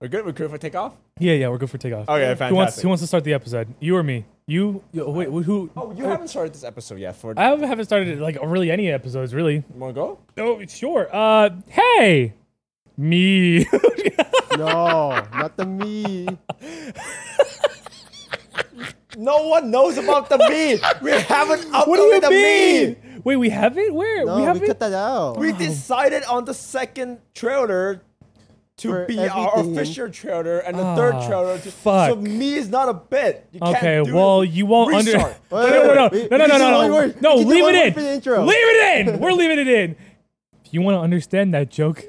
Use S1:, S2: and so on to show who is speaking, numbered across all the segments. S1: We're good. We're good for takeoff.
S2: Yeah, yeah, we're good for takeoff.
S1: Okay,
S2: Who wants,
S1: fantastic.
S2: who wants to start the episode? You or me? You? you- wait, who? who
S1: oh, you haven't started this episode yet. For
S2: I haven't haven't started like really any episodes, really.
S1: want to go?
S2: Oh, sure. Uh, hey, me.
S3: No, not the me.
S1: No one knows about the me. We haven't uploaded
S2: what do you
S1: the
S2: mean? Oh.
S1: me.
S2: Oh, Wait, we have it. Where? we
S3: No,
S2: have
S3: we,
S2: it.
S3: cut that out.
S1: We decided on the second trailer to
S3: For
S1: be our
S3: everything.
S1: official trailer and the third
S2: Ah,
S1: trailer. To, So
S2: fuck.
S1: me is not a bit. You
S2: Okay,
S1: can't do
S2: well,
S1: it.
S2: you won't under.
S1: Restart.
S2: no, no, no,
S3: Wait,
S2: no, no,
S3: wait, we
S2: no,
S3: can do
S2: no,
S3: one
S2: no,
S3: word.
S2: no.
S3: We can do
S2: Leave
S3: one
S2: it
S3: word
S2: in.
S3: for the intro.
S2: Leave it in. We're leaving it in. If you want to understand that joke,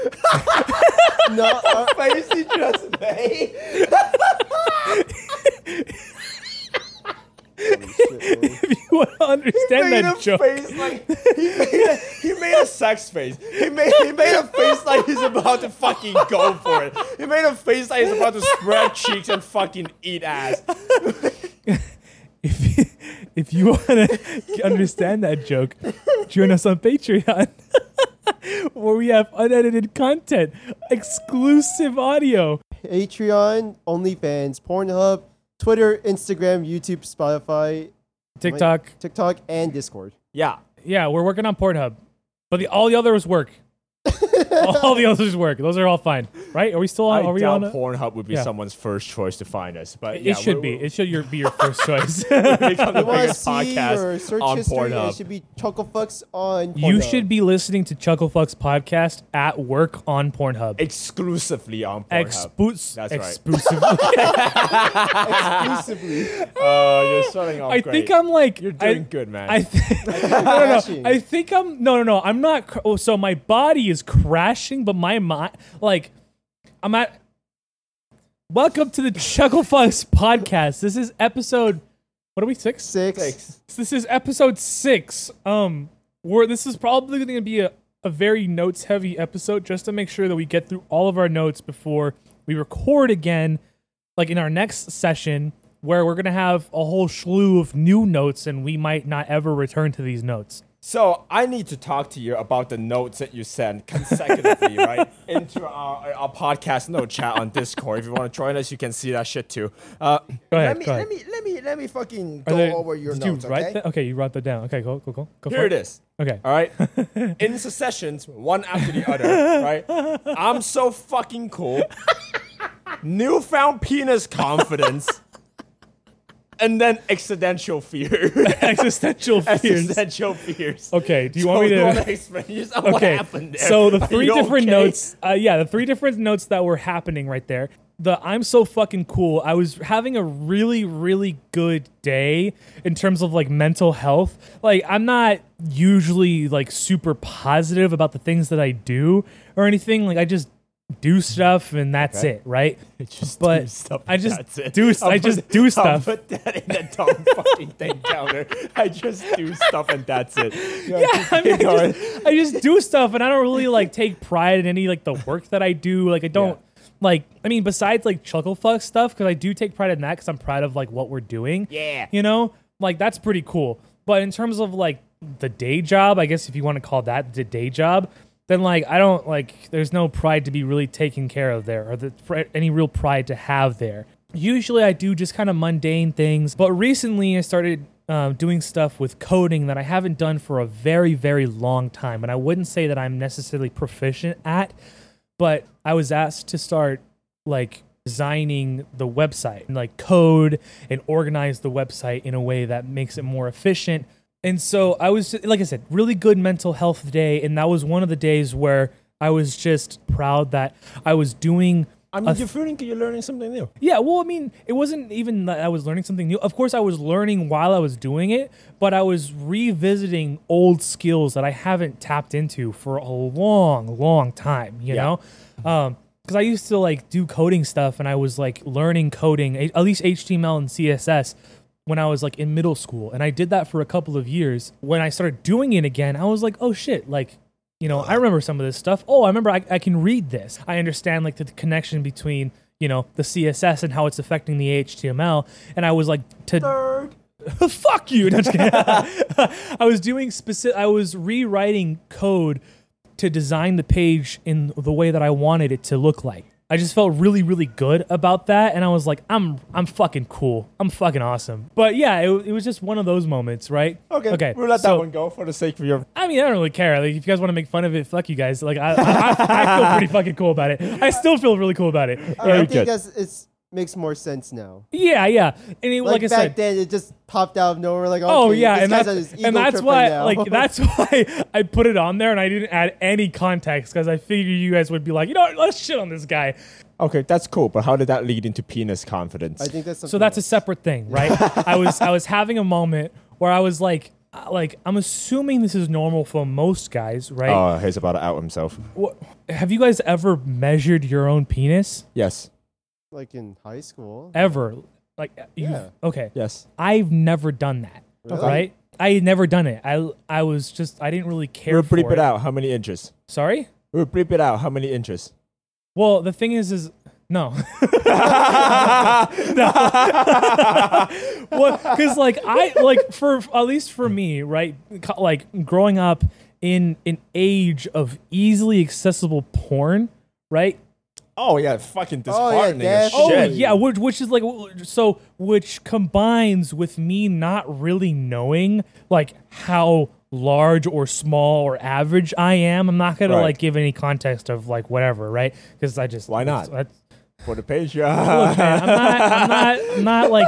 S1: no, uh, fancy dress day.
S2: if you want to understand
S1: made a
S2: that joke,
S1: face like he made a, he made a sex face. He made he made a face like he's about to fucking go for it. He made a face like he's about to spread cheeks and fucking eat ass.
S2: if you, if you want to understand that joke, join us on Patreon, where we have unedited content, exclusive audio.
S3: Patreon, OnlyFans, Pornhub, Twitter, Instagram, YouTube, Spotify, wait,
S2: TikTok.
S3: TikTok, and Discord.
S1: Yeah.
S2: Yeah, we're working on Pornhub, but the, all the others work. all the others work. Those are all fine, right? Are we still
S1: I
S2: on? Are we
S1: doubt
S2: on? a-
S1: Pornhub would be
S2: Yeah.
S1: someone's first choice to find us, but
S2: it should be. It should your, be your first choice.
S1: become the
S3: You wanna
S1: biggest
S3: see your
S1: podcast
S3: search
S1: on
S3: history? It
S1: Pornhub.
S3: should be Chucklefucks on.
S2: you
S3: Pornhub.
S2: should be listening to Chucklefuck's podcast at work on Pornhub.
S1: Exclusively on Pornhub.
S2: Expus-
S1: That's right.
S2: exclusively.
S3: exclusively.
S1: Oh, you're starting off
S2: I
S1: great.
S2: think I'm like
S1: You're doing
S2: I-
S1: good, man.
S2: I, th- no, no, no.
S3: crashing.
S2: I think I'm no, no, no. I'm not. Cr- oh, so my body is crashing, but my mind, like, I'm at. Welcome to the Chucklefuss podcast. This is episode. What are we six?
S3: Six.
S1: Six.
S2: This is episode six. Um, where this is probably going to be a a very notes heavy episode, just to make sure that we get through all of our notes before we record again like in our next session where we're gonna have a whole slew of new notes and we might not ever return to these notes.
S1: So I need to talk to you about the notes that you send consecutively, right, into our, our podcast note chat on Discord. If you want to join us, you can see that shit too. Uh,
S2: Go
S4: let
S2: ahead.
S4: me
S2: go
S4: let
S2: ahead.
S4: me let me let me fucking
S2: Are
S4: go
S2: there-
S4: over your
S2: did
S4: notes,
S2: You write
S4: okay?
S2: that? Okay, you wrote that down. Okay, cool, cool, cool. Go
S1: here
S2: for
S1: it is.
S2: Okay.
S1: All right, in successions, one after the other. Right, I'm so fucking cool. Newfound penis confidence, and then existential fear.
S2: Existential fears.
S1: existential fears.
S2: Okay, do you
S1: So
S2: want me to?
S1: You want to explain yourself what
S2: okay.
S1: happened there?
S2: So the
S1: Are
S2: three
S1: you
S2: different
S1: okay?
S2: notes. Uh, yeah, the three different notes that were happening right there. The I'm so fucking cool. I was having a really, really good day in terms of like mental health. Like I'm not usually like super positive about the things that I do or anything. Like I just do stuff and that's it, right?
S1: Just
S2: But
S1: do stuff.
S2: I just
S1: that's it.
S2: do s-
S1: I'll
S2: I
S1: put
S2: just
S1: th-
S2: do
S1: I'll
S2: stuff.
S1: put that in that dumb fucking thing counter. I just do stuff and that's it. Yeah,
S2: I, mean, I, just, I just do stuff and I don't really like take pride in any like the work that I do. Like I don't like I mean besides like chuckle fuck stuff because I do take pride in that because I'm proud of like what we're doing.
S1: Yeah.
S2: you know, like that's pretty cool. But in terms of like the day job, I guess if you want to call that the day job, then like I don't like there's no pride to be really taken care of there or the, pr- any real pride to have there. Usually I do just kind of mundane things, but recently I started um, doing stuff with coding that I haven't done for a very, very long time. And I wouldn't say that I'm necessarily proficient at, but I was asked to start like designing the website and like code and organize the website in a way that makes it more efficient. And so I was like I said, really good mental health day and that was one of the days where I was just proud that I was doing
S1: I mean, you're feeling you're learning something new.
S2: yeah, well, I mean, it wasn't even that I was learning something new. Of course, I was learning while I was doing it, but I was revisiting old skills that I haven't tapped into for a long, long time, you
S1: Yeah.
S2: know? Um, because I used to like do coding stuff and I was like learning coding, a- at least HTML and CSS, when I was like in middle school. And I did that for a couple of years. When I started doing it again, I was like, oh shit, like you know i remember some of this stuff oh i remember i, I can read this i understand like the, the connection between you know the css and how it's affecting the html and i was like to fuck you No, I'm just kidding. i was doing specific i was rewriting code to design the page in the way that i wanted it to look like I just felt really, really good about that, and I was like, "I'm, I'm fucking cool. I'm fucking awesome." But yeah, it, it was just one of those moments, right?
S1: Okay,
S2: okay.
S1: We'll let
S2: so-
S1: that one go for the sake of your.
S2: I mean, I don't really care. Like, if you guys want to make fun of it, fuck you guys. Like, I, I, I feel pretty fucking cool about it. I still feel really cool about it.
S3: I
S1: Very
S3: think
S1: good.
S3: that's it's makes more sense now.
S2: Yeah, yeah. And it, like,
S3: Like,
S2: I
S3: back
S2: said,
S3: then, it just popped out of nowhere. Like,
S2: oh
S3: okay,
S2: yeah,
S3: this
S2: and
S3: guy's
S2: that's,
S3: on his
S2: and
S3: ego
S2: that's
S3: trip
S2: why,
S3: right now.
S2: like, that's why I put it on there and I didn't add any context because I figured you guys would be like, you know, what, let's shit on this guy.
S1: Okay, that's cool, but how did that lead into penis confidence?
S3: I think that's something
S2: So that's a
S3: else.
S2: separate thing, right? I was I was having a moment where I was like, uh, like I'm assuming this is normal for most guys, right?
S1: Oh, he's about to out himself.
S2: What- have you guys ever measured your own penis?
S1: Yes,
S3: like in high school.
S2: Ever? Like uh, you?
S3: Yeah.
S2: Okay.
S1: yes.
S2: I've never done that.
S3: Really?
S2: Right? I had never done it. I I was just I didn't really care.
S1: We'll
S2: for
S1: bleep
S2: it.
S1: it out. How many inches?
S2: Sorry.
S1: We'll bleep it out. How many inches?
S2: Well, the thing is, is no, no, because like I like for at least for me, right? co- Like growing up in an age of easily accessible porn, right?
S1: Oh yeah, fucking disheartening as
S3: definitely.
S2: Oh
S1: shit.
S2: yeah, which which is like so, which combines with me not really knowing like how large or small or average I am. I'm not gonna
S1: Right.
S2: like give any context of like whatever, right? Because I just
S1: Why not?
S2: that's-
S1: For the page,
S2: Look, man, I'm not, I'm not, I'm not like,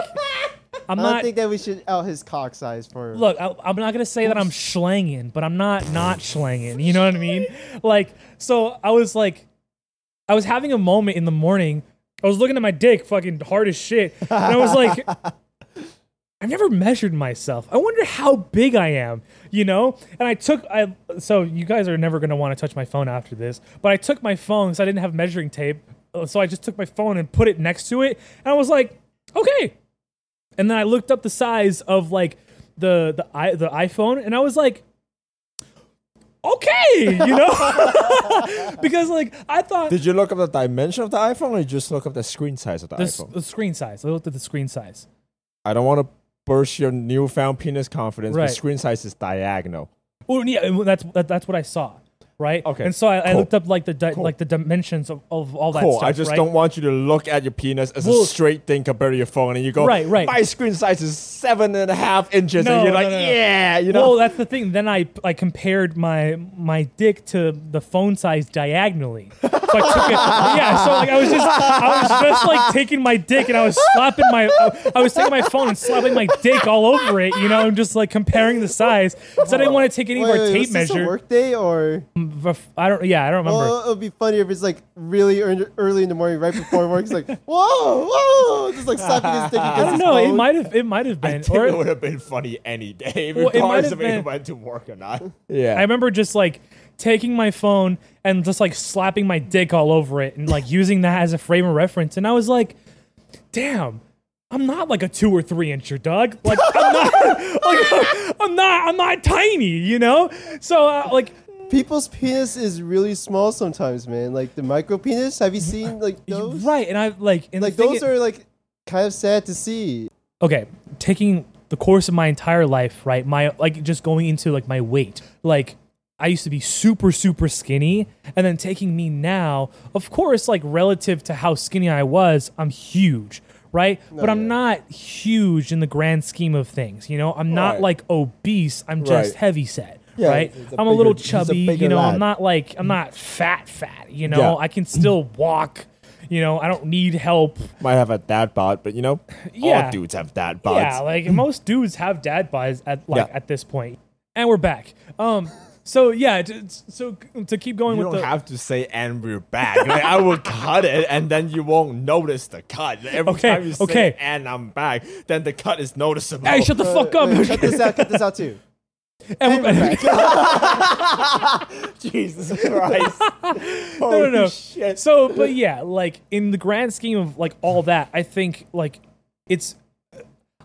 S2: I'm
S3: I don't
S2: not.
S3: think that we should out his cock size for.
S2: Look, I, I'm not gonna say that I'm schlanging, but I'm not not schlanging. You know what I mean? Like, so I was like, I was having a moment in the morning. I was looking at my dick, fucking hard as shit, and I was like, I've never measured myself. I wonder how big I am, you know? And I took I so you guys are never going to want to touch my phone after this, but I took my phone so I didn't have measuring tape. uh, So I just took my phone and put it next to it and I was like, "Okay." And then I looked up the size of like the the i the iPhone and I was like, "Okay," you know? because like I thought
S1: Did you look up the dimension of the iPhone, or you just look up the screen size of the
S2: the, s-
S1: iPhone?
S2: the screen size. I looked at the screen size.
S1: I don't want to burst your newfound penis confidence,
S2: Right.
S1: but screen size is diagonal.
S2: Well, yeah, and that's that, that's what I saw, right?
S1: Okay,
S2: And so I, I
S1: cool.
S2: looked up like the di- like the dimensions of, of all that
S1: Cool.
S2: stuff.
S1: I just
S2: right?
S1: don't want you to look at your penis as
S2: Well-
S1: a straight thing compared to your phone, and you go,
S2: Right, right.
S1: My screen size is seven and a half inches,
S2: No,
S1: and you're
S2: no,
S1: like,
S2: no, no.
S1: yeah, you know.
S2: Well, that's the thing. Then I I compared my my dick to the phone size diagonally. So I took it. Yeah. So like I was just I was just like taking my dick and I was slapping my I was taking my phone and slapping my dick all over it. You know, and just like comparing the size. So I didn't want to take any
S3: wait,
S2: of our
S3: wait,
S2: tape
S3: was this a
S2: measure.
S3: work day or?
S2: I don't. Yeah, I don't remember.
S3: Well, it would be funny if it's like really ear- early in the morning, right before work. He's like, whoa, whoa, just like slapping his dick against
S2: I don't
S3: his
S2: know. It
S3: phone.
S2: might have. It might have
S1: I
S2: been.
S1: think
S2: or-
S1: it would have been funny any day,
S2: Well, it might
S1: regardless
S2: have
S1: of if
S2: been-
S1: you went to work or not. Yeah.
S2: I remember just like taking my phone and just like slapping my dick all over it and like using that as a frame of reference. And I was like, damn, I'm not like a two or three incher, dog. Like I'm not, like, I'm not, I'm not tiny, you know? So uh, like,
S3: People's penis is really small sometimes, man. Like the micro penis. Have you seen like those?
S2: right. And I like, and the
S3: Like
S2: thing
S3: those
S2: is-
S3: are like kind of sad to see.
S2: okay, taking the course of my entire life, right? My like just going into like my weight. Like I used to be super super skinny and then taking me now, of course, like relative to how skinny I was, I'm huge, right? but I'm
S3: yeah.
S2: not huge in the grand scheme of things, you know? I'm not
S1: Right.
S2: like obese, I'm just
S1: Right.
S2: heavy set.
S1: Yeah,
S2: right,
S1: he's a
S2: I'm a little
S1: bigger- he's a
S2: chubby. you
S1: bigger
S2: know, I'm
S1: lad.
S2: not like I'm not fat, fat. You know,
S1: Yeah.
S2: I can still walk. You know, I don't need help.
S1: Might have a dad bod, but you know,
S2: Yeah.
S1: all dudes have dad
S2: Yeah,
S1: bods.
S2: like most dudes have dad buys at like
S1: Yeah.
S2: at this point, and we're back. Um, so yeah, to, so to keep going
S1: you
S2: with
S1: don't
S2: the
S1: have to say and we're back. Like, I will cut it and then you won't notice the cut. Every
S2: Okay,
S1: time you say
S2: okay.
S1: and I'm back, then the cut is noticeable.
S2: hey, shut the fuck up,
S3: Wait, cut this out. Cut this out too.
S2: and we're back.
S1: Jesus Christ.
S2: no, no, no.
S1: Shit.
S2: So, but yeah, like in the grand scheme of like all that, I think like it's.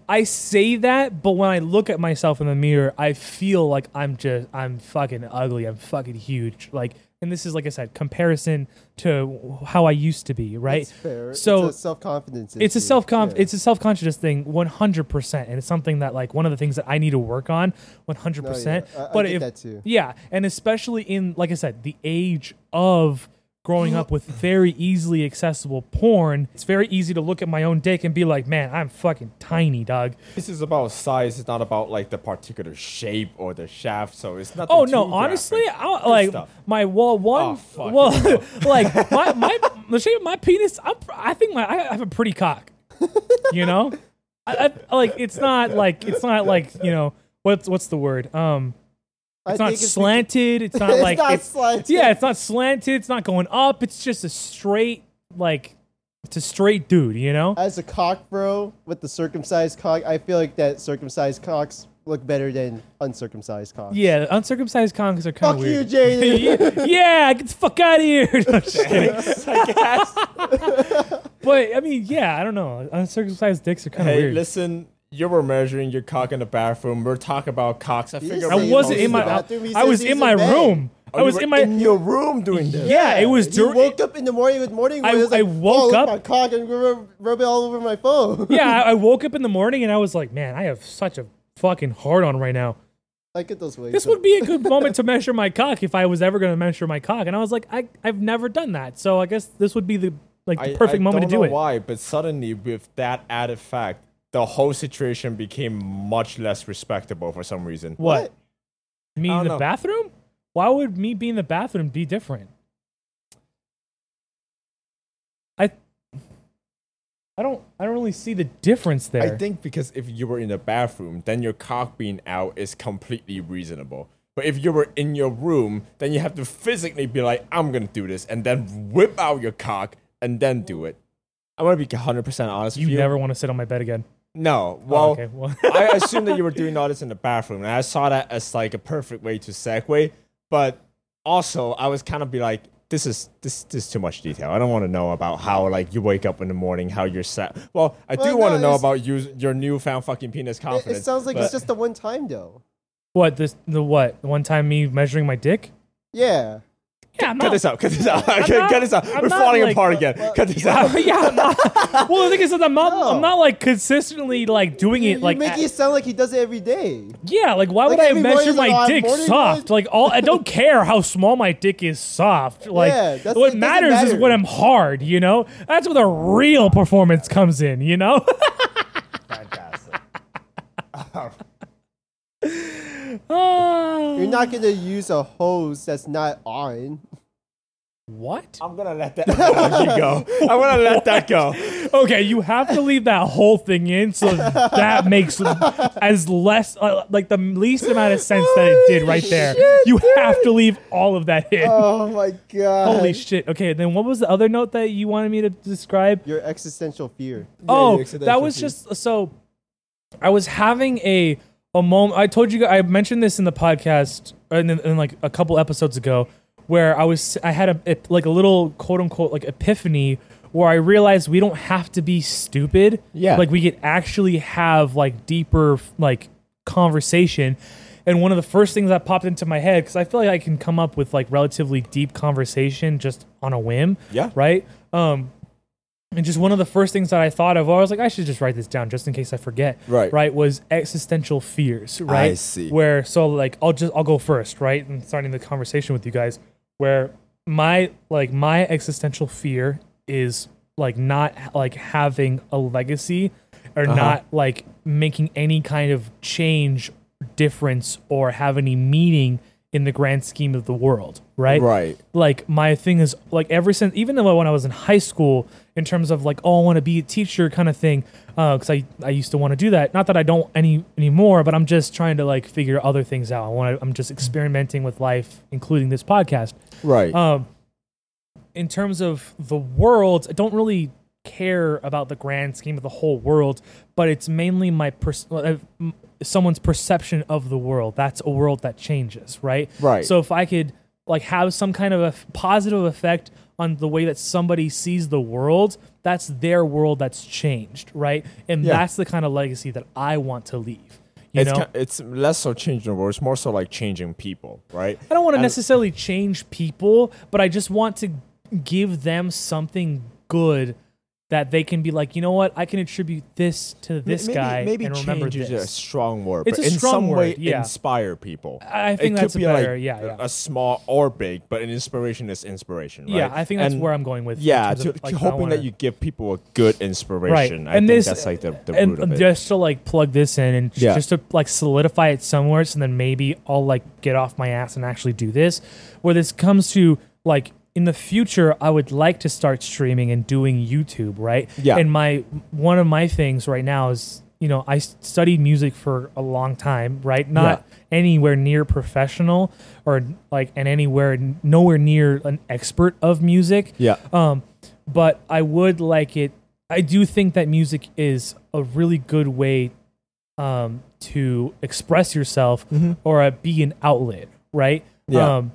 S2: I say that, but when I look at myself in the mirror, I feel like I'm just I'm fucking ugly. I'm fucking huge. Like, and this is like I said, comparison to how I used to be. Right.
S3: It's fair.
S2: So
S3: it's a self confidence.
S2: it's a self conf it's a self conscious thing 100% and it's something that like one of the things that i need to work on 100%
S3: No, yeah, I- I
S2: but
S3: get
S2: if
S3: that too.
S2: yeah and especially in like i said the age of growing up with very easily accessible porn, it's very easy to look at my own dick and be like, man, I'm fucking tiny, dog.
S1: This is about size. It's not about like the particular shape or the shaft. So it's not.
S2: Oh no, honestly, I, like my
S1: Oh,
S2: wall one,
S1: fuck,
S2: well,
S1: here
S2: like my, my the shape of my penis. I'm, pr- I think my, I have a pretty cock. You know, I, I like it's not like it's not like you know what's what's the word? Um,
S3: I
S2: it's not
S3: think because-
S2: slanted. It's not
S3: It's
S2: like
S3: not slanted.
S2: yeah, it's not slanted. It's not going up. It's just a straight like it's a straight dude. You know,
S3: As a cock bro with the circumcised cock, I feel like that circumcised cocks look better than uncircumcised cocks.
S2: yeah, uncircumcised conks are kind of
S3: Fuck you,
S2: weird.
S3: Jaden.
S2: yeah, get the fuck out of here. No, I'm just kidding. But I mean, yeah, I don't know. Uncircumcised dicks are kind of
S1: Hey,
S2: weird.
S1: listen. You were measuring your cock in the bathroom. We're talking about cocks. I figure
S3: just
S2: I
S1: we
S3: said
S2: wasn't
S1: know
S2: in my.
S1: about-
S3: bathroom, he
S2: I
S3: says
S2: was
S3: he's
S2: in
S3: a
S2: my
S3: man.
S2: room.
S1: Oh,
S2: I
S1: you
S2: was
S1: were
S2: in my.
S1: in your room doing this.
S2: yeah, it was
S3: You
S2: during.
S3: woke up in the morning with morning.
S2: I-
S3: wood, it was
S2: I
S3: like,
S2: woke
S3: oh, look,
S2: up-
S3: My cock and rub, rub it all over my phone.
S2: yeah, I I woke up in the morning and I was like, man, I have such a fucking hard on right now.
S3: like get those wigs.
S2: This would be a good moment to measure my cock if I was ever going to measure my cock. And I was like, I, I've never done that, so I guess this would be the like the
S1: I-
S2: perfect
S1: I
S2: moment to
S1: don't
S2: do
S1: know
S2: it.
S1: Why? But suddenly, with that added fact, the whole situation became much less respectable for some reason.
S2: What? Me
S1: I
S2: in
S1: don't
S2: the
S1: know.
S2: bathroom? Why would me be in the bathroom be different? I I don't I don't really see the difference there.
S1: I think because if you were in the bathroom, then your cock being out is completely reasonable. But if you were in your room, then you have to physically be like, I'm gonna do this, and then whip out your cock and then do it. I'm gonna be 100% honest
S2: you
S1: with you. Oh.
S2: never want to sit on my bed again.
S1: no, well,
S2: okay, well.
S1: I assume that you were doing all this in the bathroom, and I saw that as like a perfect way to segue. But also, I was kind of be like, this is this this is too much detail. I don't want to know about how like you wake up in the morning, how you're set. Well, I do
S3: Well, no,
S1: want to know
S3: it's-
S1: about you your newfound fucking penis
S3: It,
S1: confidence.
S3: it sounds like
S1: but
S3: it's just the one time though.
S2: What this the what? The one time me measuring my dick?
S3: Yeah.
S2: Yeah, I'm
S1: Cut
S2: not.
S1: this out. Cut this out. cut,
S2: not-
S1: cut this out.
S2: I'm
S1: We're
S2: not,
S1: falling
S2: like-
S1: apart again. cut this out.
S2: yeah, I'm not. Well, the thing is that I'm not. I'm
S3: No.
S2: not like consistently like doing
S3: You,
S2: it like
S3: you make
S2: at-
S3: it sound like he does it every day.
S2: Yeah, like why would
S3: Like,
S2: I
S3: every
S2: measure
S3: morning,
S2: my
S3: like,
S2: dick
S3: morning
S2: soft?
S3: wood?
S2: Like all I don't care how small my dick is soft. Like
S3: Yeah, that's- it
S2: what
S3: doesn't
S2: matters is
S3: matter.
S2: when I'm hard, you know? That's where the real performance comes in, you know?
S1: Fantastic.
S2: Ah.
S3: You're not gonna use a hose that's not on.
S2: what?
S1: I'm gonna let that analogy go. I'm gonna let that go.
S2: Okay, you have to leave that whole thing in so that makes as less uh, like the least amount of sense that it did right there. you have to leave all of that in.
S3: Oh my god.
S2: Holy shit. Okay, then what was the other note that you wanted me to describe?
S3: Your existential fear.
S2: oh,
S1: your
S2: that
S1: accidental
S2: was
S1: fear.
S2: just so. I was having a a moment. I told you I mentioned this in the podcast and in, in like a couple episodes ago, where I was I had a it- like a little quote unquote like epiphany where I realized we don't have to be stupid.
S1: Yeah.
S2: like we could actually have like deeper like conversation. And one of the first things that popped into my head because I feel like I can come up with like relatively deep conversation just on a whim.
S1: Yeah.
S2: Right. Um, and just one of the first things that I thought of, I was like, I should just write this down just in case I forget.
S1: Right.
S2: Right. Was existential fears. Right.
S1: see.
S2: Where so like I'll just I'll go first, right? And starting the conversation with you guys, where my like my existential fear is like not like having a legacy or
S1: Uh-huh.
S2: not like making any kind of change, difference, or have any meaning in the grand scheme of the world. Right
S1: Right.
S2: like my thing is like ever since even though when I was in high school in terms of like oh I want to be a teacher kind of thing because I I used to want to do that not that I don't any anymore but I'm just trying to like figure other things out I want to I'm just experimenting with life including this podcast
S1: Right.
S2: um, in terms of the world, I don't really care about the grand scheme of the whole world, but it's mainly my pers- uh, m- someone's perception of the world. That's a world that changes, right?
S1: Right.
S2: So if I could like have some kind of a f- positive effect on the way that somebody sees the world, that's their world that's changed, right? And
S1: Yeah.
S2: that's the kind of legacy that I want to leave. You
S1: it's,
S2: know,
S1: ki- it's less so changing the world. It's more so like changing people, right?
S2: I don't want to
S1: And-
S2: necessarily change people, but I just want to give them something good that they can be like, you know what, I can attribute this to this
S1: maybe,
S2: guy
S1: maybe
S2: and
S1: change
S2: remember
S1: is
S2: this.
S1: a strong word,
S2: It's
S1: but
S2: a
S1: in
S2: strong
S1: some way
S2: word, yeah.
S1: inspire people.
S2: I- I think
S1: it
S2: that's a
S1: could be like
S2: better- yeah, yeah.
S1: a small or big, but an inspiration is inspiration. Right?
S2: Yeah, I think that's
S1: And
S2: where I'm going with. in
S1: yeah,
S2: terms
S1: to,
S2: of, like,
S1: to
S2: I
S1: hoping
S2: wanna-
S1: that you give people a good inspiration. I think that's like the, the
S2: and
S1: root of it.
S2: just to like plug this in and j-
S1: Yeah.
S2: just to like solidify it somewhere, so then maybe I'll like get off my ass and actually do this. Where this comes to like in the future, I would like to start streaming and doing YouTube, right?
S1: Yeah.
S2: And my one of my things right now is you know I s- studied music for a long time, right? Not anywhere near professional or like and anywhere nowhere near an expert of music
S1: yeah,
S2: um, but I would like it. I do think that music is a really good way um, to express yourself or uh, be an outlet, right?
S1: Yeah.
S2: Um,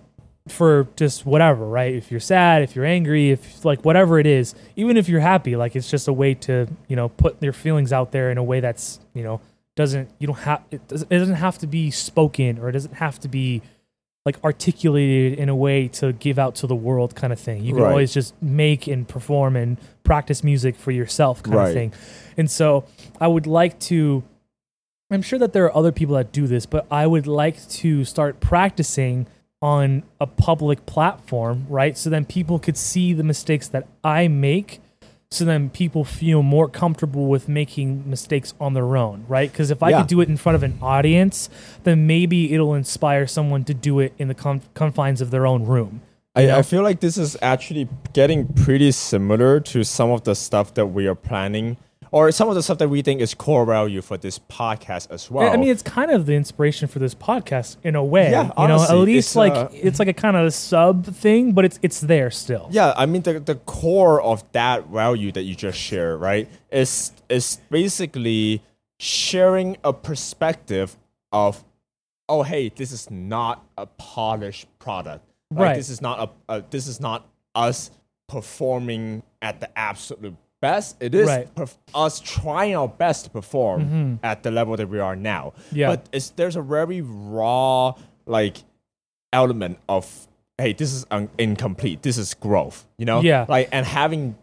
S2: for just whatever, right? If you're sad, if you're angry, if like whatever it is, even if you're happy, like it's just a way to you know put your feelings out there in a way that's you know doesn't you don't have it doesn't, it doesn't have to be spoken or it doesn't have to be like articulated in a way to give out to the world kind of thing. You can
S1: Right.
S2: always just make and perform and practice music for yourself kind
S1: Right.
S2: of thing. And so I would like to I'm sure that there are other people that do this, but I would like to start practicing on a public platform, right? So then people could see the mistakes that I make. So then people feel more comfortable with making mistakes on their own, right? Because if I
S1: Yeah.
S2: could do it in front of an audience, then maybe it'll inspire someone to do it in the conf- confines of their own room.
S1: I, I feel like this is actually getting pretty similar to some of the stuff that we are planning, or some of the stuff that we think is core value for this podcast as well.
S2: I mean, it's kind of the inspiration for this podcast in a way.
S1: Yeah,
S2: you
S1: honestly,
S2: know, at least
S1: it's,
S2: like
S1: uh,
S2: it's like a kind of sub thing, but it's it's there still.
S1: yeah i mean the, the core of that value that you just shared right is is basically sharing a perspective of oh hey this is not a polished product Like,
S2: Right.
S1: this is not a, a this is not us performing at the absolute best it is
S2: Right. Mm-hmm.
S1: perf- us trying our best to perform at the level that we are now
S2: Yeah.
S1: but it's there's a very raw like element of hey this is un- incomplete this is growth you know
S2: Yeah.
S1: like and having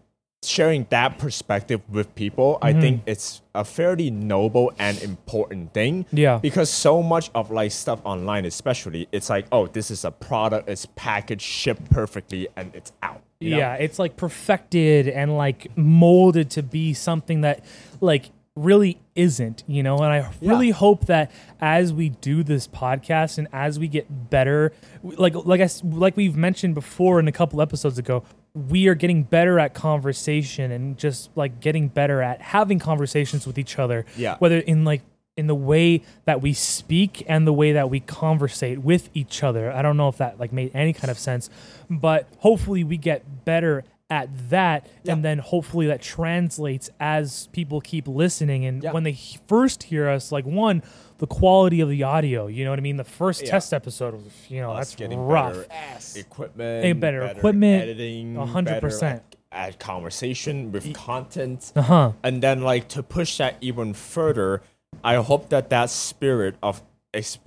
S1: sharing that perspective with people
S2: Mm-hmm.
S1: i think it's a fairly noble and important thing
S2: Yeah.
S1: because so much of like stuff online especially it's like oh this is a product it's packaged shipped perfectly and it's out you know?
S2: Yeah, it's like perfected and like molded to be something that like really isn't, you know? And I really hope that as we do this podcast and as we get better, like like I s- like we've mentioned before in a couple episodes ago, we are getting better at conversation and just like getting better at having conversations with each other.
S1: Yeah.
S2: Whether in like in the way that we speak and the way that we conversate with each other. I don't know if that like made any kind of sense, but hopefully we get better at that and then hopefully that translates as people keep listening and
S1: Yeah.
S2: when they he- first hear us like one the quality of the audio, you know what I mean? The first test episode was, you know,
S1: Us
S2: that's
S1: Oh, getting
S2: rough.
S1: better at equipment
S2: And better equipment,
S1: editing
S2: a hundred
S1: better
S2: percent.
S1: at, at conversation with content
S2: Uh-huh.
S1: and then like to push that even further i hope that that spirit of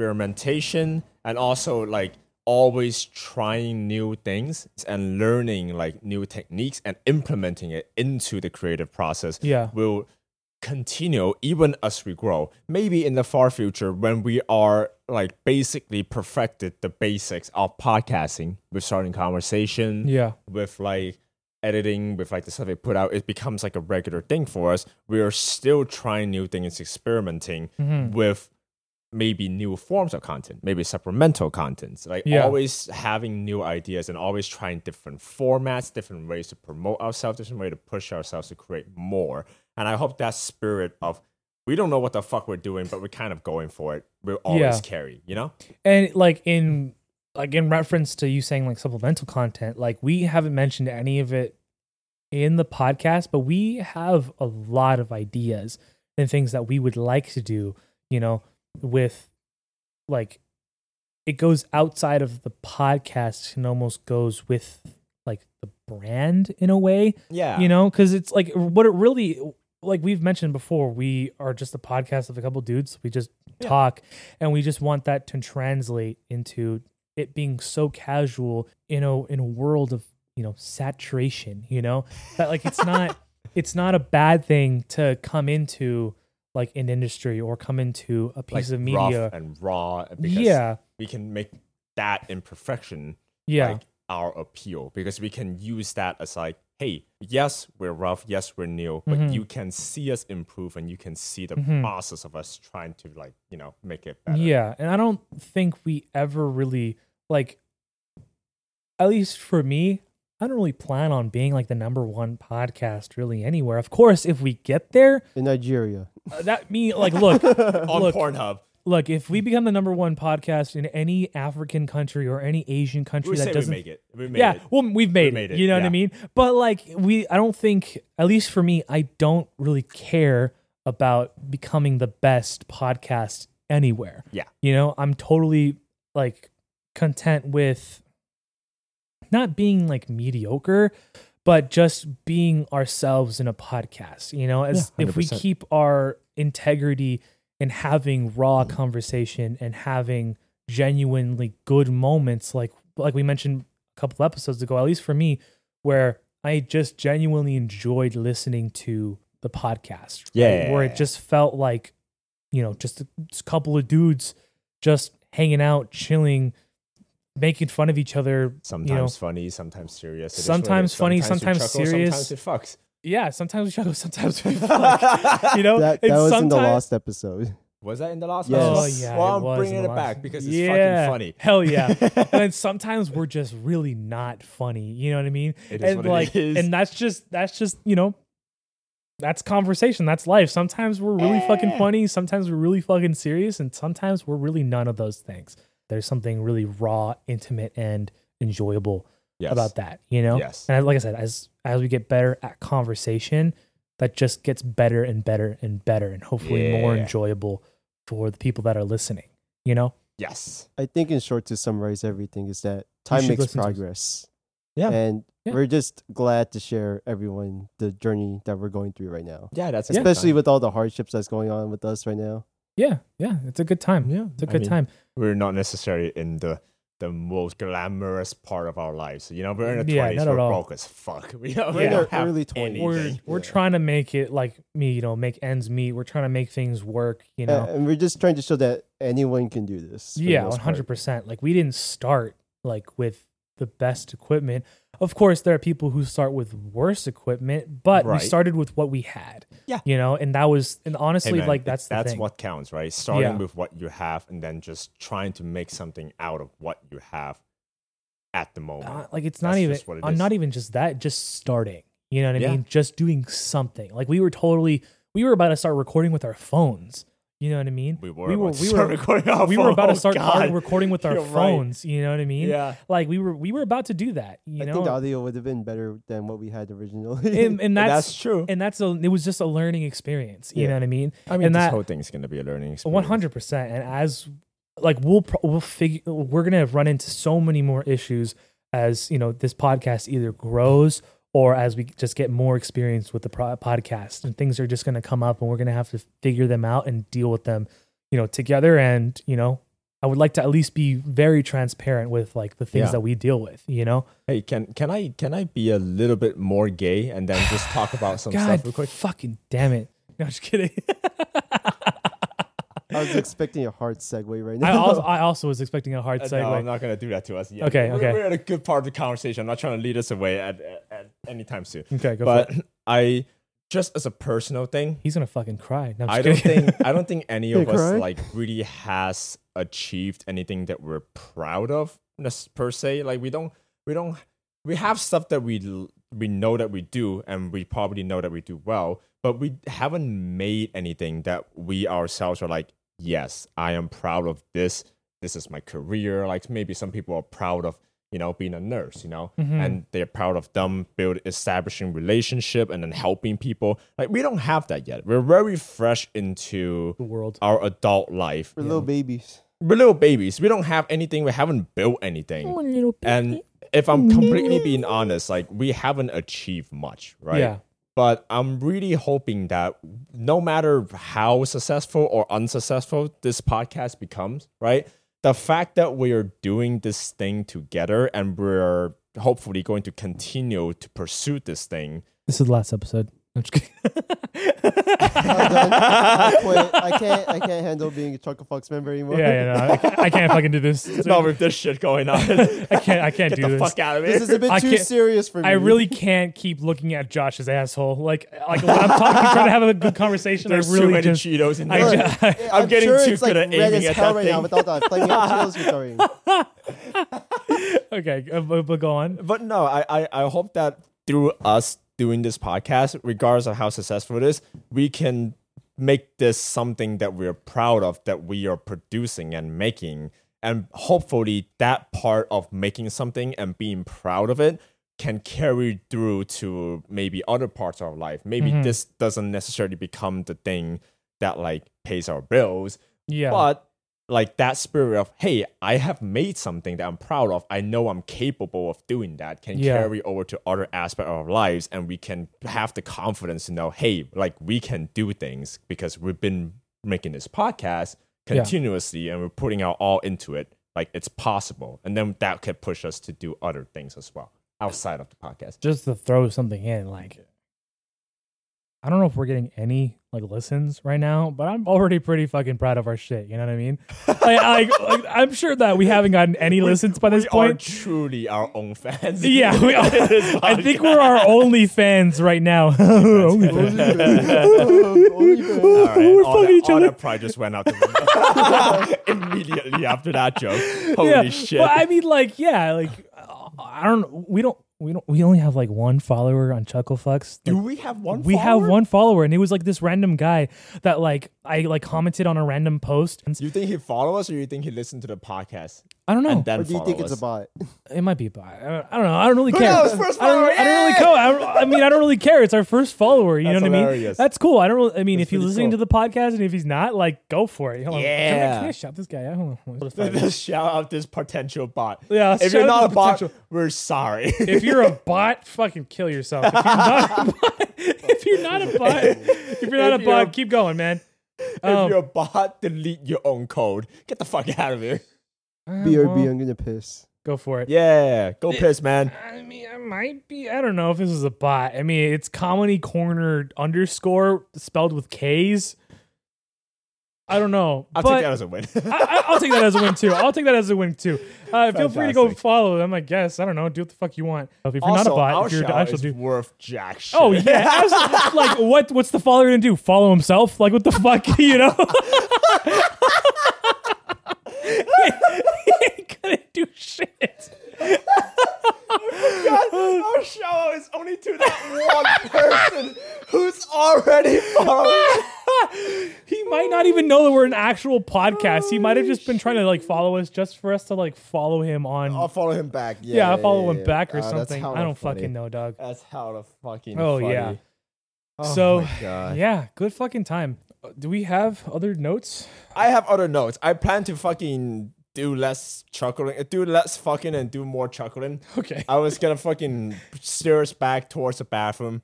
S1: experimentation and also like always trying new things and learning like new techniques and implementing it into the creative process
S2: Yeah.
S1: will continue even as we grow maybe in the far future when we are like basically perfected the basics of podcasting with starting conversation
S2: Yeah.
S1: with like editing with like the stuff they put out it becomes like a regular thing for us we are still trying new things experimenting
S2: Mm-hmm.
S1: with maybe new forms of content maybe supplemental contents like
S2: Yeah.
S1: always having new ideas and always trying different formats different ways to promote ourselves different way to push ourselves to create more and i hope that spirit of we don't know what the fuck we're doing but we're kind of going for it we'll always
S2: Yeah.
S1: carry you know
S2: and like in like in reference to you saying like supplemental content like we haven't mentioned any of it in the podcast but we have a lot of ideas and things that we would like to do you know with like it goes outside of the podcast and almost goes with like the brand in a way
S1: yeah
S2: you know because it's like what it really like we've mentioned before we are just a podcast of a couple dudes we just talk and we just want that to translate into it being so casual you know in a world of you know saturation you know that like it's not it's not a bad thing to come into like an industry or come into a piece
S1: like
S2: of
S1: rough
S2: media.
S1: and raw. Because
S2: Yeah,
S1: we can make that imperfection
S2: yeah,
S1: like our appeal because we can use that as like, hey, yes, we're rough, yes, we're new, but
S2: Mm-hmm.
S1: you can see us improve and you can see the process of us trying to like, you know, make it better.
S2: yeah. And I don't think we ever really like. At least for me, I don't really plan on being like the number one podcast really anywhere. Of course, if we get there,
S3: in Nigeria.
S2: uh, that mean like look,
S1: On
S2: Look.
S1: Pornhub,
S2: look. If we become the number one podcast in any African country or any Asian country
S1: we say
S2: that
S1: we
S2: doesn't
S1: make it. We made
S2: yeah,
S1: it.
S2: well, we've made,
S1: made
S2: it,
S1: it,
S2: You know what I
S1: yeah.
S2: mean? But like, we, I don't think, at least for me, I don't really care about becoming the best podcast anywhere.
S1: Yeah.
S2: You know, I'm totally like content with not being like mediocre, but just being ourselves in a podcast. You know, as
S1: Yeah,
S2: if we
S1: 100%.
S2: keep our integrity and having raw conversation and having genuinely good moments like like we mentioned a couple episodes ago at least for me where i just genuinely enjoyed listening to the podcast right?
S1: Yeah.
S2: where it just felt like you know just a, just a couple of dudes just hanging out chilling making fun of each other
S1: Sometimes
S2: you know
S1: funny, sometimes serious. It is what it
S2: Sometimes
S1: is.
S2: funny,
S1: we
S2: sometimes
S1: chuckle,
S2: serious.
S1: Sometimes
S2: yeah sometimes we struggle sometimes we fuck, you know
S3: That, that
S2: Oh, And
S3: was in the
S2: sometimes-
S3: last episode.
S1: Was that in the last
S3: Yes.
S2: Oh
S1: episode?
S2: yeah,
S1: Well,
S2: it was
S1: I'm bringing
S2: in
S1: it
S2: the last-
S1: back because it's
S2: Yeah.
S1: fucking funny.
S2: Hell yeah! and then sometimes we're just really not funny. You know what I mean?
S1: It is
S2: and
S1: what it
S2: like,
S1: is.
S2: and that's just that's just you know, that's conversation. That's life. Sometimes we're really fucking funny. Sometimes we're really fucking serious, and sometimes we're really none of those things. There's something really raw, intimate, and enjoyable
S1: Yes.
S2: about that. You know?
S1: Yes.
S2: And I- like I said, as as we get better at conversation, that just gets better and better and better, and hopefully more
S1: Yeah.
S2: enjoyable for the people that are listening. You know?
S1: Yes.
S3: I think, in short, to summarize everything, is that time
S2: should
S3: makes
S2: listen to us.
S3: progress.
S1: Yeah.
S3: And
S2: Yeah.
S3: we're just glad to share everyone the journey that we're going through right now.
S1: Yeah, that's
S3: Especially with all the hardships that's going on with us right now.
S2: Yeah, yeah, it's a good time.
S1: Yeah,
S2: it's a
S1: I
S2: good
S1: mean-
S2: time.
S1: we're not necessarily in the the most glamorous part of our lives. You know, we're in the
S2: Yeah,
S1: twenties,
S2: not at
S1: we're
S2: all.
S1: broke as fuck. We, yeah. we
S2: Yeah.
S1: don't
S3: We're
S1: have
S3: early 20s.
S1: anything.
S2: We're we're trying to make it like me, you know, make ends meet. We're trying to make things work, you know.
S3: Uh, and we're just trying to show that anyone can do this. for the
S2: yeah,
S3: most
S2: one
S3: part.
S2: hundred percent. Like we didn't start like with the best equipment. Of course, there are people who start with worse equipment, but
S1: Right.
S2: we started with what we had.
S1: Yeah.
S2: you know, and that was and
S1: Hey,
S2: honestly,
S1: man,
S2: like
S1: it-
S2: that's the
S1: that's
S2: thing.
S1: what counts, right? Starting
S2: Yeah.
S1: with what you have, and then just trying to make something out of what you have at the moment.
S2: Uh, like it's not
S1: That's
S2: even
S1: just what it
S2: I'm
S1: is.
S2: not even just that, just starting. You know what I
S1: Yeah.
S2: mean? Just doing something. Like we were totally we were about to start recording with our phones. You know what I mean?
S1: we were
S2: we were,
S1: about to
S2: we
S1: start
S2: were,
S1: recording our
S2: we were
S1: phone.
S2: about
S1: Oh,
S2: to start
S1: God.
S2: recording with our
S1: You're right.
S2: phones. You know what I mean?
S1: Yeah,
S2: Like we were we were about to do that. You
S3: I
S2: know,
S3: think the audio would have been better than what we had originally.
S2: and, and that's,
S1: that's, true.
S2: and that's a it was just a learning experience. You
S1: Yeah.
S2: know what I mean?
S1: I mean,
S2: and
S1: this
S2: that-
S1: whole thing is going to be a learning experience.
S2: One hundred percent. And as like we'll pro- we'll figure we're gonna run into so many more issues as you know this podcast either grows or as we just get more experience with the pro- podcast and things are just gonna come up and we're gonna have to figure them out and deal with them you know together and you know I would like to at least be very transparent with like the things
S1: Yeah.
S2: that we deal with you know
S1: Hey, can can I can I be a little bit more gay and then just talk about some stuff real
S2: God
S1: quick?
S2: fucking damn it no just kidding
S3: I was expecting a hard segue right now.
S2: I also I also was expecting a hard
S1: Uh,
S2: segue
S1: No, I'm not gonna do that to us. Yet.
S2: Okay,
S1: we're,
S2: okay.
S1: We're at a good part of the conversation. I'm not trying to lead us away at, at, at any time soon.
S2: okay Mm, go for it.
S1: But I just as a personal thing,
S2: he's gonna fucking cry no, I'm just
S1: I don't
S2: kidding.
S1: think I don't think any of
S3: Gonna
S1: us
S3: cry?
S1: like really has achieved anything that we're proud of nes- per se. Like we don't we don't we have stuff that we l- we know that we do and we probably know that we do well, but we haven't made anything that we ourselves are like, yes, I am proud of this. This is my career. Like maybe some people are proud of you know being a nurse you know and they're proud of them build establishing relationship and then helping people like we don't have that yet we're very fresh into
S2: the world
S1: our adult life
S3: We're little babies.
S1: we're little babies we don't have anything we haven't built anything and if i'm completely being honest like we haven't achieved much right
S2: Yeah.
S1: but i'm really hoping that no matter how successful or unsuccessful this podcast becomes right the fact that we are doing this thing together and we're hopefully going to continue to pursue this thing
S2: This is the last episode. I'm just kidding.
S3: I quit. I can't. I can't handle being a Chuckle Fox member anymore.
S2: yeah, yeah, no, I, can't- I can't fucking do this.
S1: No, with this shit going on, get
S2: I can't. I can't do
S1: the
S2: this.
S1: fuck out of
S3: This is
S1: here.
S3: a bit
S2: I
S3: too
S2: can't-
S3: serious for me.
S2: I really can't keep looking at Josh's asshole. Like, like when I'm talking, trying to have a good conversation,
S1: There's
S2: I really
S1: too many
S2: just.
S1: Cheetos in
S2: I
S1: there.
S2: ju-
S1: I'm getting
S3: sure
S1: too
S3: it's like
S1: good at
S3: red
S1: aiming
S3: as
S1: at
S3: hell
S1: that
S3: right now
S1: thing.
S3: without that flaming out Cheetos guitar.
S2: okay, uh, but, but go on.
S1: But no, I, I, I hope that through us doing this podcast, regardless of how successful it is, we can make this something that we're proud of, that we are producing and making. And hopefully, that part of making something and being proud of it can carry through to maybe other parts of our life. Maybe
S3: Mm-hmm.
S1: this doesn't necessarily become the thing that like pays our bills,
S2: Yeah.
S1: but like that spirit of, hey, I have made something that I'm proud of. I know I'm capable of doing that. Can
S2: Yeah.
S1: carry over to other aspects of our lives, and we can have the confidence to know, hey, like we can do things because we've been making this podcast continuously, and we're putting our all into it. Like it's possible, and then that could push us to do other things as well outside of the podcast.
S2: just to throw something in, like I don't know if we're getting any like listens right now, but I'm already pretty fucking proud of our shit. You know what I mean? like, like, like, I'm sure that we haven't gotten any listens by this
S1: we are
S2: point.
S1: truly our own fans.
S2: Yeah, we are.
S1: This
S2: I think we're our only fans right now. Only fans.
S1: All right,
S2: We're
S1: all
S2: fucking
S1: that,
S2: each
S1: all
S2: other.
S1: that pride just went out the window immediately after that joke. Holy
S2: yeah.
S1: shit!
S2: But I mean, like, yeah, like I don't. We don't. We don't. We only have like one follower on Chucklefucks.
S1: Do we have one?
S2: we
S1: follower?
S2: have one follower, and it was like this random guy that like I like commented on a random post. And
S1: You think he follow us, or you think he listened to the podcast
S2: I don't know.
S1: and then
S3: Or do you
S1: follow
S3: think it's a
S1: us?
S3: bot?
S2: It might be a bot. I don't, I don't know. I don't really care.
S1: knows? First
S2: I, don't,
S1: follower,
S2: I don't really
S1: yay!
S2: care. I, don't- I mean, I don't really care. It's our first follower. You
S1: That's
S2: know what I mean?
S1: hilarious.
S2: That's cool. I don't. Really, I mean,
S1: That's
S2: if you're
S1: pretty
S2: listening to
S1: cool.
S2: the podcast and if he's not, like, go for it. Hold on. Can I,
S1: Yeah.
S2: can I shout this guy out? Hold on. Hold on.
S1: Let's shout out this potential bot.
S2: Yeah, let's
S1: if you're
S2: shout out
S1: not a
S2: this
S1: bot,
S2: potential-
S1: we're sorry.
S2: if you're a bot, fucking kill yourself. If you're not a bot, if you're not a bot, if you're not
S1: If
S2: a
S1: you're-
S2: bot, keep going, man. Oh.
S1: if you're a bot, delete your own code. Get the fuck out of here.
S3: BRB, I'm gonna piss.
S2: Go for it.
S1: Yeah, go piss, man.
S2: I mean, I might be. I don't know if this is a bot. I mean, it's comedy corner underscore spelled with K's. I don't know.
S1: I'll
S2: but
S1: take that as a win.
S2: I, I- I'll take that as a win too. I'll take that as a win too. Uh, feel free to go
S1: Fantastic.
S2: follow them. I guess I don't know. Do what the fuck you want. If you're
S1: also,
S2: not a bot,
S1: our
S2: if you're
S1: shout
S2: I shall
S1: is
S2: do.
S1: worth jack shit.
S2: Oh yeah, absolutely. like what? What's the follower gonna do? Follow himself? Like what the fuck? You know? he ain't gonna do shit.
S1: Our show is only to that one person who's already following.
S2: He might not even know that we're an actual podcast. He might have just been trying to like follow us just for us to like follow him on.
S1: I'll follow him back. Oh, Yeah,
S2: yeah, I follow
S1: yeah,
S2: him
S1: yeah.
S2: back or
S1: Uh, that's
S2: something.
S1: hella
S2: I don't
S1: funny.
S2: fucking know, dog.
S1: That's how the fucking.
S2: Oh,
S1: funny.
S2: yeah.
S1: Oh,
S2: So,
S1: my God.
S2: Yeah, good fucking time. Uh, Do we have other notes?
S1: I have other notes. I plan to fucking do less chuckling, uh, do less fucking, and do more chuckling.
S2: Okay.
S1: I was gonna fucking steer us back towards the bathroom,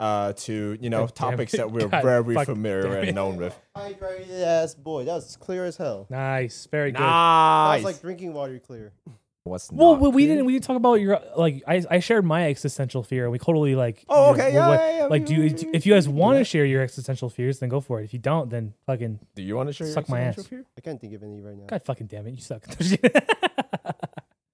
S1: uh, to you know
S2: God damn
S1: topics
S2: it.
S1: that we're
S2: God
S1: very
S2: fucking
S1: familiar
S2: damn it.
S1: and known with.
S3: High graded ass boy. That was clear as hell.
S2: Nice. Very good.
S3: That
S1: Nice.
S3: was like drinking water clear.
S1: What's
S2: Well,
S1: not
S2: we, we
S1: clear?
S2: didn't. We didn't talk about your like. I, I shared my existential fear. and We totally like.
S1: Oh,
S2: you know,
S1: okay,
S2: we-
S1: yeah,
S2: what-
S1: yeah, Mm-hmm. yeah,
S2: Like, do
S1: we-
S2: you,
S1: we-
S2: if you guys want to share your existential fears, then go for it. If you don't, then fucking
S1: Do you want to share your
S2: Suck my
S1: experience
S2: ass.
S1: with you?
S3: I can't think of any right now.
S2: god fucking damn it, you suck.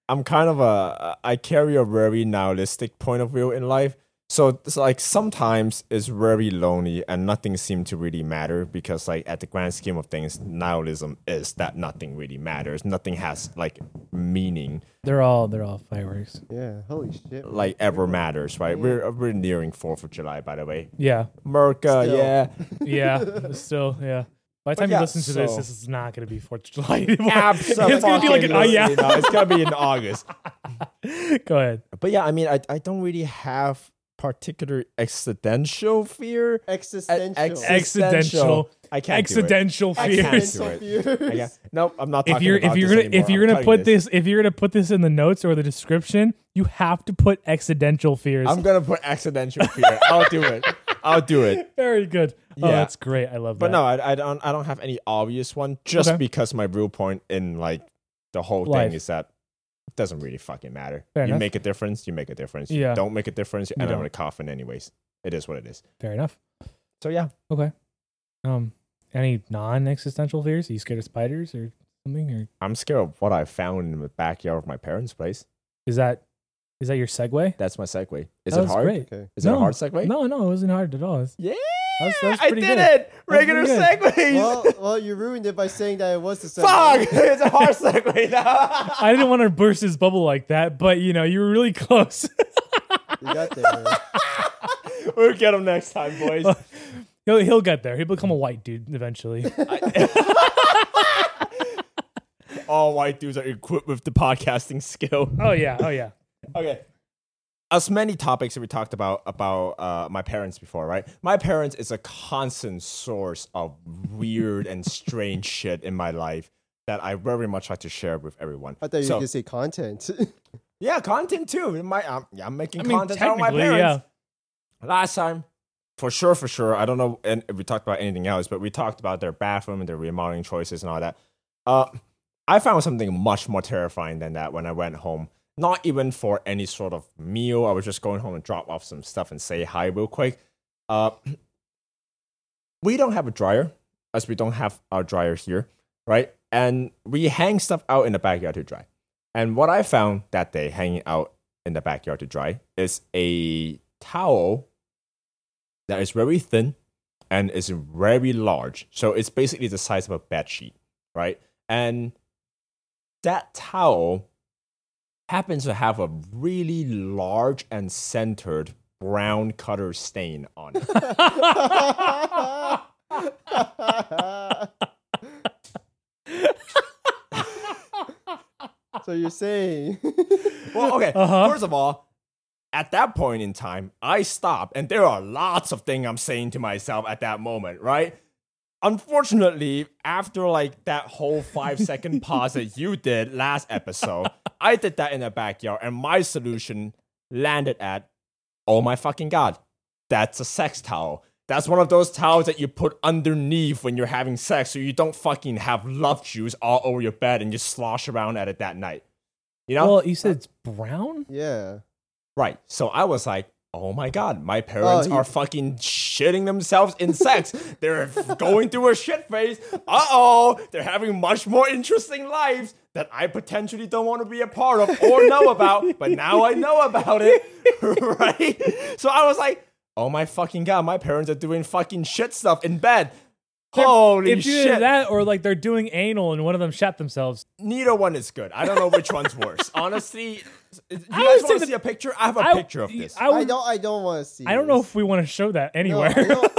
S1: I'm kind of a I carry a very nihilistic point of view in life. So it's like sometimes it's very lonely and nothing seems to really matter because like at the grand scheme of things, nihilism is that nothing really matters. Nothing has like meaning
S2: they're all they're all fireworks.
S3: Yeah. Holy shit. man.
S1: like ever matters,
S2: Mm.
S1: right? We're we're nearing Fourth of July, by the way.
S2: Yeah,
S1: America,
S3: Still.
S1: yeah,
S2: yeah. still, yeah. By the time
S1: yeah,
S2: you listen to this,
S1: so-
S2: this is not going to be Fourth of July anymore.
S1: absolutely.
S2: It's going to be like an oh yeah.
S1: it's gonna be in August.
S2: Go ahead.
S1: But yeah, I mean, I I don't really have particular existential fear.
S3: Existential.
S2: Existential.
S1: I can't
S2: Existential
S1: do it. I can't
S2: fears.
S1: do it.
S3: fears.
S1: I guess- Nope, I'm not talking
S2: If you're
S1: about
S2: if you're
S1: this
S2: gonna
S1: anymore.
S2: if you're
S1: I'm
S2: gonna
S1: cutting
S2: put this. if you're gonna put this in the notes or the description, you have to put accidental fears.
S1: I'm gonna put accidental fear. I'll do it. I'll do it.
S2: Very good. Oh,
S1: Yeah.
S2: that's great. I love
S1: But
S2: that.
S1: no, I, I don't. I don't have any obvious one. Just
S2: Okay.
S1: because my real point in like the whole
S2: Life.
S1: thing is that it doesn't really fucking matter.
S2: Fair
S1: you
S2: enough.
S1: make a difference. You make a difference.
S2: Yeah.
S1: You don't make a difference. You
S2: You
S1: end up in
S2: don't.
S1: a coffin, anyways. it is what it is.
S2: Fair enough.
S1: So yeah,
S2: Okay. Um, any non-existential fears? Are you scared of spiders or something? Or
S1: I'm scared of what I found in the backyard of my parents' place.
S2: is that is that your segue?
S1: That's my segue. Is
S2: That
S1: it
S2: was
S1: hard?
S2: great.
S3: Okay.
S1: Is it a hard segue?
S2: No, no, it wasn't hard at all. It's-
S1: Yeah,
S2: was- that was
S1: I
S2: pretty
S1: did
S2: good.
S1: it.
S2: was pretty
S1: Regular
S2: good.
S1: segues.
S3: Well, well, you ruined it by saying that it was the second.
S1: Fuck! it's a hard segue now.
S2: I didn't want to burst his bubble like that, but you know, you were really close.
S3: You got there.
S1: we'll get them next time, boys.
S2: he'll, he'll get there. He'll become a white dude eventually.
S1: All white dudes are equipped with the podcasting skill.
S2: oh yeah, oh yeah.
S1: Okay. As many topics that we talked about about uh, my parents before, right? My parents is a constant source of weird and strange shit in my life that I very much like to share with everyone.
S3: I thought you
S1: So-
S3: were gonna say content.
S1: yeah, content too. My, I'm, yeah, I'm making
S2: I mean,
S1: content out of my
S2: technically,
S1: parents.
S2: yeah.
S1: last time for sure for sure i don't know and if we talked about anything else but we talked about their bathroom and their remodeling choices and all that uh, i found something much more terrifying than that when i went home not even for any sort of meal i was just going home and drop off some stuff and say hi real quick uh, we don't have a dryer as we don't have our dryer here right and we hang stuff out in the backyard to dry and what i found that day hanging out in the backyard to dry is a towel that is very thin and is very large. So it's basically the size of a bed sheet, right? And that towel happens to have a really large and centered brown color stain on it.
S3: so you're saying
S1: well, okay.
S2: Uh-huh.
S1: First of all, at that point in time, I stopped, and there are lots of things I'm saying to myself at that moment, right? Unfortunately, after like that whole five second pause that you did last episode, I did that in the backyard, and my solution landed at, oh my fucking god, that's a sex towel. That's one of those towels that you put underneath when you're having sex, so you don't fucking have love juice all over your bed and just slosh around at it that night. You know?
S2: Well, you said it's brown?
S3: Yeah.
S1: Right. So I was like, oh my God, my parents
S3: he-
S1: are fucking shitting themselves in sex. they're going through a shit phase. Uh oh, they're having much more interesting lives that I potentially don't want to be a part of or know about, but now I know about it. right? So I was like, oh my fucking God, my parents are doing fucking shit stuff in bed. Holy
S2: if you did
S1: shit.
S2: that or like they're doing anal and one of them shot themselves.
S1: Neither one is good. I don't know which one's worse. Honestly, you
S2: I
S1: guys
S2: would say
S1: want to
S2: that-
S1: see a picture? I have a
S2: I-
S1: picture of this.
S2: I, would,
S3: I don't I don't want to see
S2: I don't know
S3: this.
S2: if we want to show that
S3: No,
S2: anywhere.
S3: I, don't-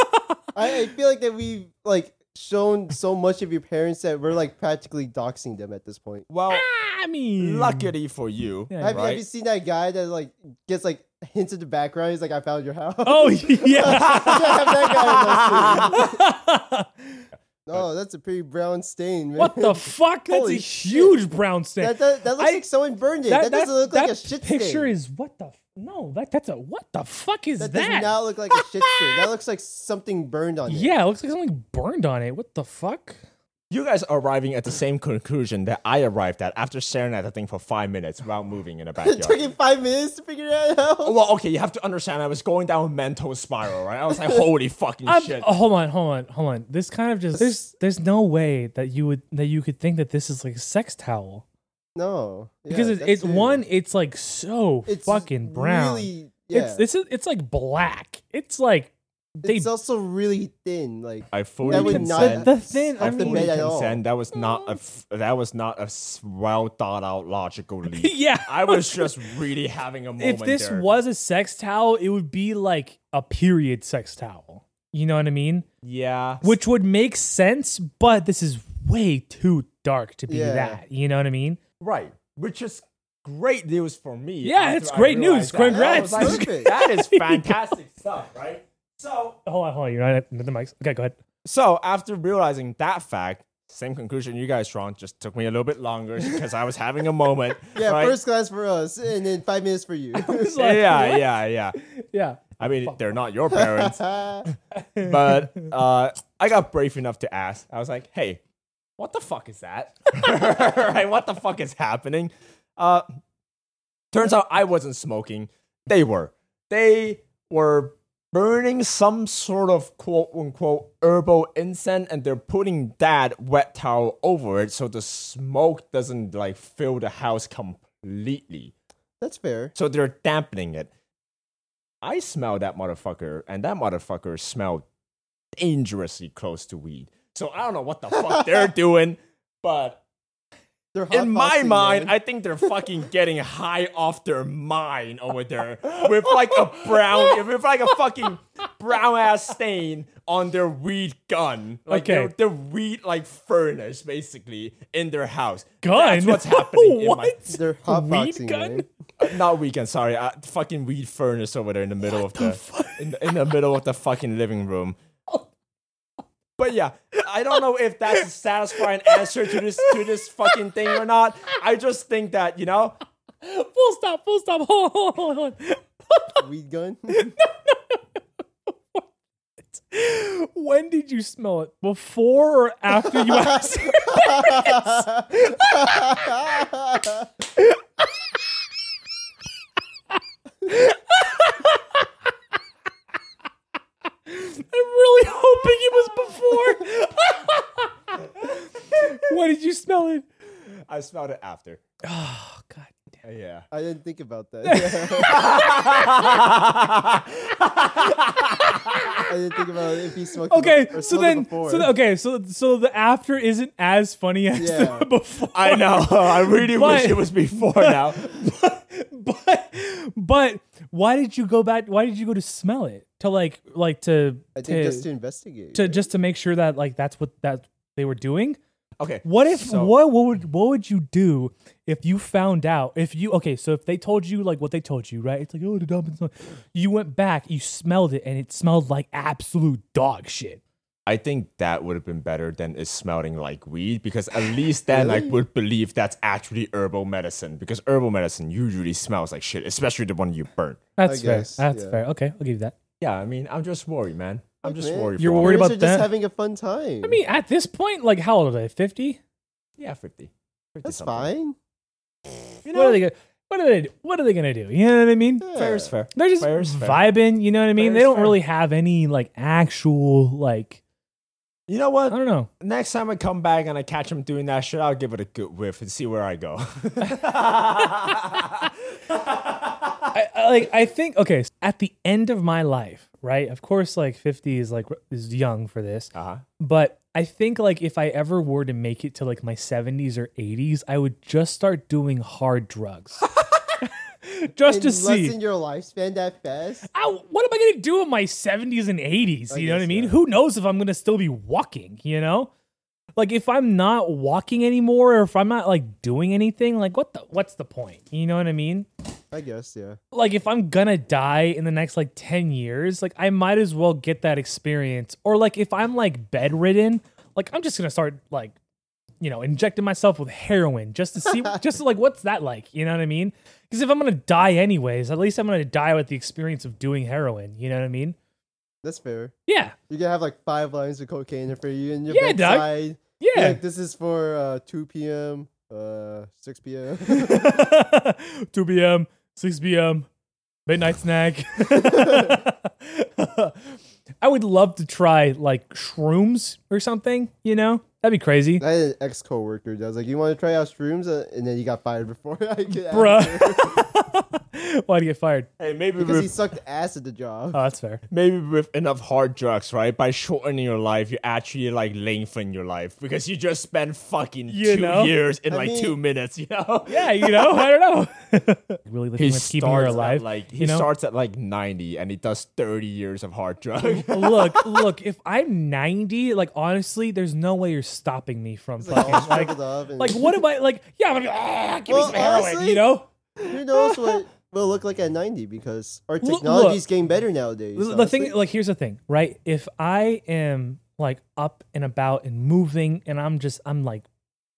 S3: I, I feel like that we've like shown so much of your parents that we're like practically doxing them at this point.
S1: well,
S2: I mean,
S1: Luckily for you,
S2: Yeah.
S3: Have, you- have
S1: right?
S3: you seen that guy that like gets like hints at the background? He's like, I found your house.
S2: Oh yeah.
S3: I have that guy in my suit. No, that's a pretty brown stain, man.
S2: what the fuck? That's
S3: Holy
S2: a
S3: shit.
S2: huge brown stain.
S3: That, that, that looks
S2: I-
S3: like someone burned it. That, doesn't look like
S2: that
S3: a shit stain.
S2: picture is what the f- no that that's a what the fuck is
S3: that
S2: that?
S3: does not look like a shit stain. That looks like something burned on it.
S2: yeah, it looks like something burned on it. What the fuck?
S1: You guys are arriving at the same conclusion that I arrived at after staring at the thing for five minutes without moving in a
S3: it took
S1: backyard.
S3: him five minutes to figure that out.
S2: Oh.
S1: well, okay, you have to understand. I was going down a mental spiral, right? I was like, "Holy fucking
S2: I'm-
S1: shit!"
S2: oh, hold on, hold on, hold on. This kind of just there's there's no way that you would that you could think that this is like a sex towel
S3: No, Yeah,
S2: because it's,
S3: that's
S2: it's
S3: it.
S2: one it's like so fucking brown.
S3: Really, yeah.
S2: It's this is it's like black. It's like they
S3: it's also really thin. Like
S1: I fully
S3: That would not-
S1: consent.
S2: the thin. I
S1: I
S3: Off the
S2: mean,
S1: fully
S3: bed at all.
S1: consent. That was not a f- that was not a s- well thought out logical leap.
S2: yeah.
S1: I was just really having a moment.
S2: if this
S1: there.
S2: was a sex towel, it would be like a period sex towel. You know what I mean?
S1: yeah,
S2: Which would make sense, but this is way too dark to be
S3: Yeah.
S2: that. You know what I mean?
S1: Right. Which is great news for me.
S2: Yeah,
S1: after
S2: it's
S1: I
S2: great
S1: realized
S2: news.
S1: that. And I was
S3: Congrats.
S1: like,
S3: Perfect.
S1: that is fantastic stuff, right? So
S2: Hold on, hold on. You're not at the mics. Okay, go ahead.
S1: so after realizing that fact, same conclusion you guys drawn just took me a little bit longer because I was having a moment.
S3: yeah,
S1: right?
S3: first class for us, and then five minutes for you.
S2: like,
S1: yeah,
S2: what?
S1: yeah, yeah.
S2: Yeah.
S1: I mean, they're not your parents,
S3: That's
S1: but uh, I got brave enough to ask. I was like, "Hey, what the fuck is that? right? What the fuck is happening?" Uh, turns out I wasn't smoking. They were. They were burning some sort of quote unquote herbal incense and they're putting that wet towel over it so the smoke doesn't like fill the house completely.
S3: That's fair.
S1: So they're dampening it. I smell that motherfucker, and that motherfucker smelled dangerously close to weed. So I don't know what the fuck they're doing, but
S3: They're hot
S1: in my
S3: boxing,
S1: mind,
S3: man.
S1: I think they're fucking getting high off their mind over there with like a brown, with like a fucking brown ass stain on their weed gun, like
S2: Okay.
S1: their, their weed like furnace, basically in their house.
S2: Gun.
S1: That's what's happening. In my,
S2: what?
S3: they're hot
S2: Weed
S3: boxing,
S2: gun?
S3: man.
S1: uh, not weekend. Sorry, uh, fucking weed furnace over there in the middle of the, in the in the middle of the fucking living room. But yeah, I don't know if that's a satisfying answer to this to this fucking thing or not. I just think that you know,
S2: Full stop. Full stop. Hold on. Hold on.
S3: Weed gun.
S2: When did you smell it? Before or after you asked? I'm really hoping it was before. when did you smell it?
S1: I smelled it after.
S2: Oh god. damn.
S1: Uh, Yeah.
S3: I didn't think about that. I didn't think about if he smoked. it
S2: Okay,
S3: or
S2: so
S3: smelled it
S2: then,
S3: before.
S2: so the- okay, so so the after isn't as funny as
S3: Yeah.
S2: the before.
S1: I know. I really
S2: But-
S1: wish it was before now.
S2: but but why did you go back? Why did you go to smell it to like like to
S3: I
S2: to,
S3: think just to investigate.
S2: to just to make sure that like that's what that they were doing?
S1: Okay.
S2: What if
S1: So-
S2: what what would what would you do if you found out if you okay so if they told you like what they told you right it's like oh the dump and you went back you smelled it and it smelled like absolute dog shit
S1: I think that would have been better than it smelling like weed because at least then I would believe that's actually herbal medicine because herbal medicine usually smells like shit, especially the one you burn.
S2: that's
S3: I
S2: fair
S3: guess,
S2: that's
S3: yeah.
S2: fair okay I'll give you that
S1: Yeah, I mean, I'm just worried, man. I'm just
S3: Okay.
S1: worried.
S2: You're
S1: for
S2: worried
S1: him.
S3: Parents
S2: about
S3: are just
S2: that.
S3: having a fun time.
S2: I mean at this point like how old are they fifty
S1: Yeah, 50. 50
S3: that's
S1: something.
S3: fine.
S1: You
S2: what are
S1: know,
S2: they gonna what are they what are they gonna do you know what I mean
S1: fair is fair.
S2: They're just
S1: Fair is fair.
S2: vibing, you know what I mean?
S1: Fair
S2: They
S1: is
S2: don't
S1: fair.
S2: really have any like actual like
S1: You know
S2: I
S1: what?
S2: don't know.
S1: Next time I come back and I catch him doing that shit, I'll give it a good whiff and see where I go.
S2: I, I like I think okay, so at the end of my life, right? Of course like 50 is like is young for this,
S1: uh-huh.
S2: but I think like if I ever were to make it to like my 70s or 80s, I would just start doing hard drugs. just
S3: And
S2: to see
S3: lessen your lifespan that fast.
S2: I, what am I going to do in my 70s and 80s? You know what I
S3: guess,
S2: mean?
S3: yeah.
S2: Who knows if I'm going to still be walking, you know? Like if I'm not walking anymore or if I'm not like doing anything, like what the what's the point? You know what I mean?
S3: I guess, yeah.
S2: Like if I'm going to die in the next like 10 years, like I might as well get that experience. Or like if I'm like bedridden, like I'm just going to start like you know, injecting myself with heroin just to see just like what's that like? You know what I mean? Cuz if I'm going to die anyways, at least I'm going to die with the experience of doing heroin, you know what I mean?
S3: That's fair.
S2: Yeah.
S3: You're gonna have like five lines of cocaine for you in your
S2: Yeah, dog.
S3: bedside. Be
S2: Yeah.
S3: Like, this is for uh, 2 p.m., uh, 6 p.m.
S2: 2 p.m., 6 p.m., midnight snack. I would love to try like shrooms or something, you know? That'd be crazy.
S3: I had an ex coworker that was like, "You want to try out shrooms?" Uh, and then he got fired before I could. answer.
S2: Bruh. Why'd you get fired?
S1: Hey, maybe
S3: because
S1: with,
S3: he sucked ass at the job.
S2: Oh, that's fair.
S1: maybe with enough hard drugs, right? By shortening your life, you actually like lengthen your life because you just spend fucking
S2: You
S1: two
S2: know?
S1: years in
S3: I
S1: like
S3: mean-
S1: two minutes, you know?
S2: Yeah, you know, I don't know. really looking at keeping her alive.
S1: At like he
S2: you know?
S1: starts at like 90 and he does 30 years of hard drug.
S2: look, look, if I'm 90, like honestly, there's no way you're stopping me from
S3: Like,
S2: fucking
S3: all
S2: like,
S3: shriveled up and-
S2: like what am I like yeah, I'm gonna be ah, give
S3: Well,
S2: me some heroin,
S3: honestly,
S2: you know?
S3: Who knows what will look like at 90 because our
S2: look.
S3: technology's getting better nowadays.
S2: the the thing
S3: honestly.
S2: like here's the thing right if i am like up and about and moving and i'm just i'm like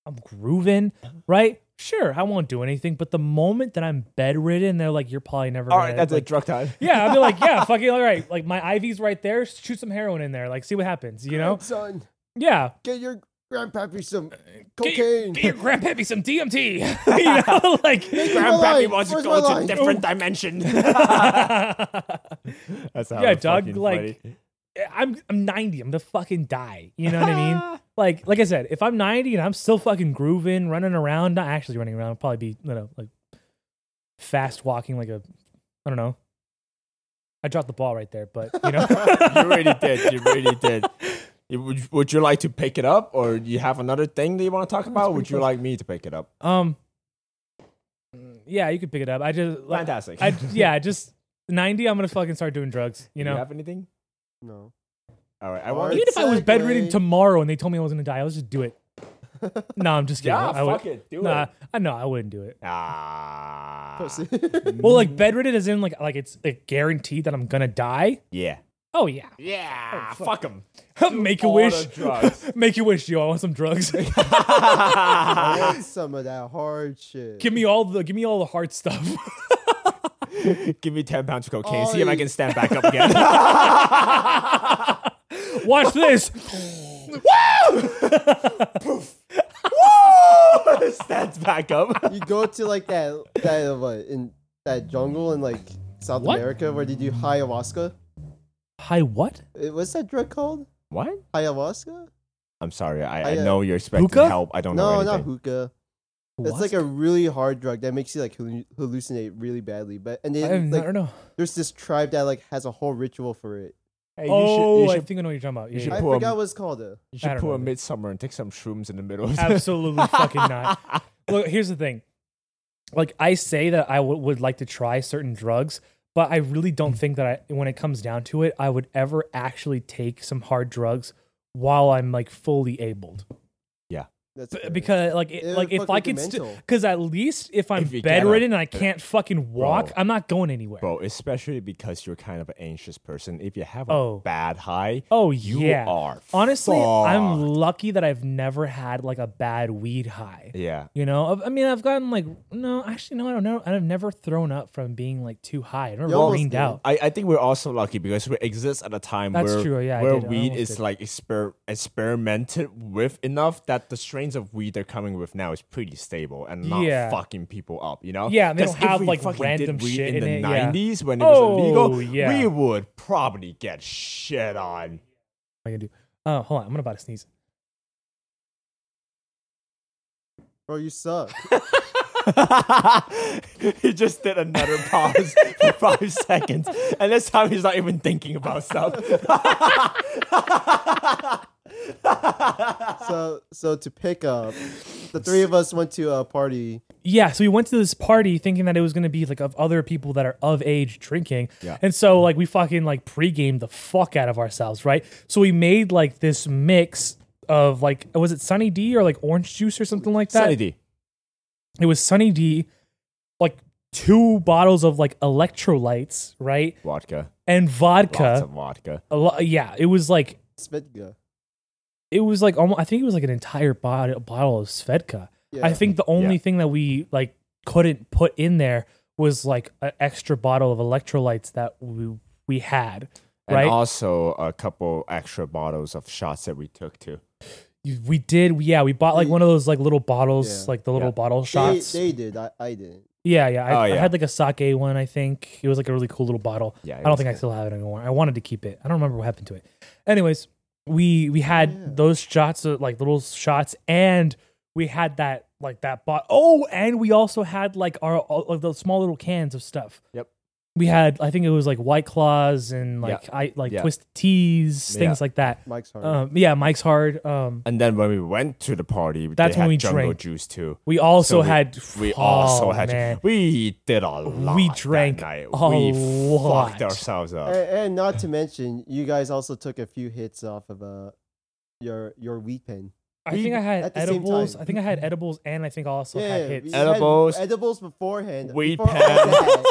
S2: i'm grooving
S1: Uh-huh.
S2: right sure i won't do anything but the moment that i'm bedridden they're like you're probably never
S1: All
S2: gonna,
S1: right, that's
S2: like,
S1: like drug time.
S2: yeah i'll be like yeah fucking all right like my iv's right there shoot some heroin in there like see what happens you know
S3: son,
S2: yeah
S3: get your grandpappy
S1: Uh,
S3: some
S2: Get-
S3: cocaine.
S2: Get, your grandpappy some DMT. you know, like
S1: Grandpappy
S3: line.
S1: wants to
S3: Where's
S1: go
S3: my
S1: to
S3: line?
S1: different dimension. That's how
S2: Yeah,
S1: I'm
S2: dog,
S1: fucking
S2: like-
S1: funny.
S2: I'm I'm 90. I'm gonna fucking die. You know what I mean? Like like I said, if I'm 90 and I'm still fucking grooving, running around, not actually running around, I'll probably be you know like fast walking, like a I don't know. I dropped the ball right there, but you know,
S1: you really did. You really did. You- Would, would you like to pick it up, or do you have another thing that you want to talk about? or Would you like me to pick it up?
S2: um, yeah, you could pick it up. I just like,
S1: Fantastic.
S2: I yeah, I just 90. I'm gonna fucking start doing drugs. You
S1: Do
S2: know,
S1: you have anything?
S3: No.
S1: All right. I want.
S2: even if I was
S3: Segue.
S2: bedridden tomorrow and they told me I was gonna die, I would just do it. no, I'm just kidding.
S1: Yeah,
S2: I
S1: fuck
S2: would,
S1: it. Do
S2: Nah,
S1: it.
S2: I know I wouldn't do it.
S1: Ah.
S3: Pussy.
S2: Well,
S1: Mm.
S2: like bedridden is in like like it's like, guaranteed that I'm gonna die.
S1: Yeah.
S2: Oh yeah,
S1: Yeah. fuck him.
S2: make a wish.
S1: drugs.
S2: Make a wish, yo. I want some drugs.
S3: I want some of that hard shit.
S2: give me all the give me all the hard stuff.
S1: Give me ten pounds of cocaine.
S3: Oh,
S1: see if I
S3: you-
S1: can stand back up again.
S2: Watch this.
S1: Woo! Stands back up.
S3: you go to like that that uh, what in that jungle in like South
S2: What?
S3: America where they do ayahuasca.
S2: Hi, what?
S3: Uh, What's that drug called?
S1: What?
S3: Ayahuasca?
S1: I'm sorry. I, I,
S3: I, uh,
S1: know you're expecting
S2: hookah?
S1: help. I don't
S3: No,
S1: know
S3: not
S1: anything.
S3: hookah. It's
S2: What?
S3: like a really hard drug that makes you like hallu- hallucinate really badly. But and
S2: I,
S3: then
S2: don't- I
S3: like
S2: don't know.
S3: there's this tribe that like has a whole ritual for it.
S1: Hey, you
S2: oh,
S1: should,
S2: I think I know what you're talking about.
S1: you
S2: Yeah,
S1: should
S2: yeah.
S3: I
S1: Poor-
S3: forgot what it's called though.
S1: you
S2: I
S1: should
S2: don't
S1: pull
S2: know,
S1: a
S2: dude.
S1: midsummer and take some shrooms in the middle. Of that.
S2: Absolutely fucking not. Look, here's the thing. Like I say that I w- would like to try certain drugs, but I really don't
S1: Mm.
S2: think that I, when it comes down to it, I would ever actually take some hard drugs while I'm like fully abled.
S3: That's
S2: B-
S3: fair.
S2: because like it,
S3: It
S2: like
S3: would
S2: if
S3: fuck
S2: I
S3: with
S2: could,
S3: your
S2: because
S3: mental.
S2: at least if I'm
S1: If you get
S2: bedridden
S1: a-
S2: and I can't fucking walk, I'm not going anywhere.
S1: Bro, especially because you're kind of an anxious person. If you have a
S2: Oh.
S1: bad high,
S2: Oh
S1: you
S2: yeah.
S1: are
S2: Honestly, I'm
S1: fucked.
S2: lucky that I've never had like a bad weed high.
S1: yeah.
S2: You know, I've- I mean, I've gotten like no, actually, no, I don't know. I've never thrown up from being like too high. I've never
S3: You almost
S2: greened
S3: did.
S2: out.
S1: I, I think we're also lucky because we exist at a time
S2: That's
S1: where,
S2: true, yeah, I
S1: where
S2: did. I
S1: weed
S2: almost
S1: is
S2: did.
S1: like exper- experimented with enough that the strains of weed they're coming with now is pretty stable and not
S2: Yeah.
S1: fucking people up, you know?
S2: Yeah, they
S1: 'Cause
S2: don't have,
S1: if we
S2: like,
S1: fucking
S2: random
S1: did weed
S2: shit
S1: in,
S2: in
S1: the
S2: it, yeah.
S1: 90s when it
S2: Oh,
S1: was illegal,
S2: yeah.
S1: we would probably get shit on.
S2: I can do. Oh, hold on, I'm gonna about to sneeze.
S3: Bro, you suck.
S1: he just did another pause for five seconds. And this time he's not even thinking about stuff.
S3: so so to pick up, the three of us went to a party.
S2: Yeah, so we went to this party thinking that it was gonna be like of other people that are of age drinking.
S1: Yeah.
S2: And so like we fucking like pregame the fuck out of ourselves, right? So we made like this mix of like was it Sunny D or like orange juice or something like that?
S1: Sunny D.
S2: It was Sunny D, like two bottles of like electrolytes, right?
S1: Vodka.
S2: And vodka.
S1: Lots of vodka.
S2: a lot yeah it was like
S3: Svedka.
S2: it was like almost i think it was like an entire bottle, bottle of svedka i
S3: Yeah.
S2: think the only
S1: Yeah.
S2: thing that we like couldn't put in there was like an extra bottle of electrolytes that we we had right
S1: And also a couple extra bottles of shots that we took too.
S2: You- we did yeah we bought like one of those like little bottles
S3: Yeah.
S2: like the little
S1: Yeah.
S2: bottle
S3: They,
S2: shots
S3: they did. I, I didn't.
S2: yeah yeah I,
S1: Oh,
S2: I
S1: yeah.
S2: had like a sake one i think it was like a really cool little bottle
S1: Yeah, it
S2: i don't
S1: was
S2: think i
S1: good.
S2: still have it anymore i wanted to keep it i don't remember what happened to it anyways we we had
S3: Yeah.
S2: those shots uh, like little shots and we had that like that bot oh and we also had like our all, like those small little cans of stuff
S1: Yep.
S2: we had i think it was like white claws and
S1: Yeah.
S2: like i like
S1: Yeah.
S2: twisted teas
S1: Yeah.
S2: things like that
S3: Mike's hard.
S2: um yeah mike's hard um
S1: And then when we went to the party,
S2: That's
S1: they
S2: when
S1: had
S2: we
S1: jungle
S2: drank.
S1: juice too.
S2: we also
S1: we-
S2: had
S1: We
S2: oh,
S1: also had
S2: man.
S1: we did a lot.
S2: drank
S1: that night.
S2: a
S1: we
S2: lot.
S1: fucked ourselves up.
S3: and, and not to mention, you guys also took a few hits off of uh, your your weed pen.
S2: I
S1: We-
S2: think I had
S3: at the same
S2: edibles.
S3: time.
S2: I think I had edibles, and I think I also had hits.
S3: we had
S1: Edibles.
S3: edibles beforehand.
S1: Weed
S3: before all
S1: pen.
S3: that.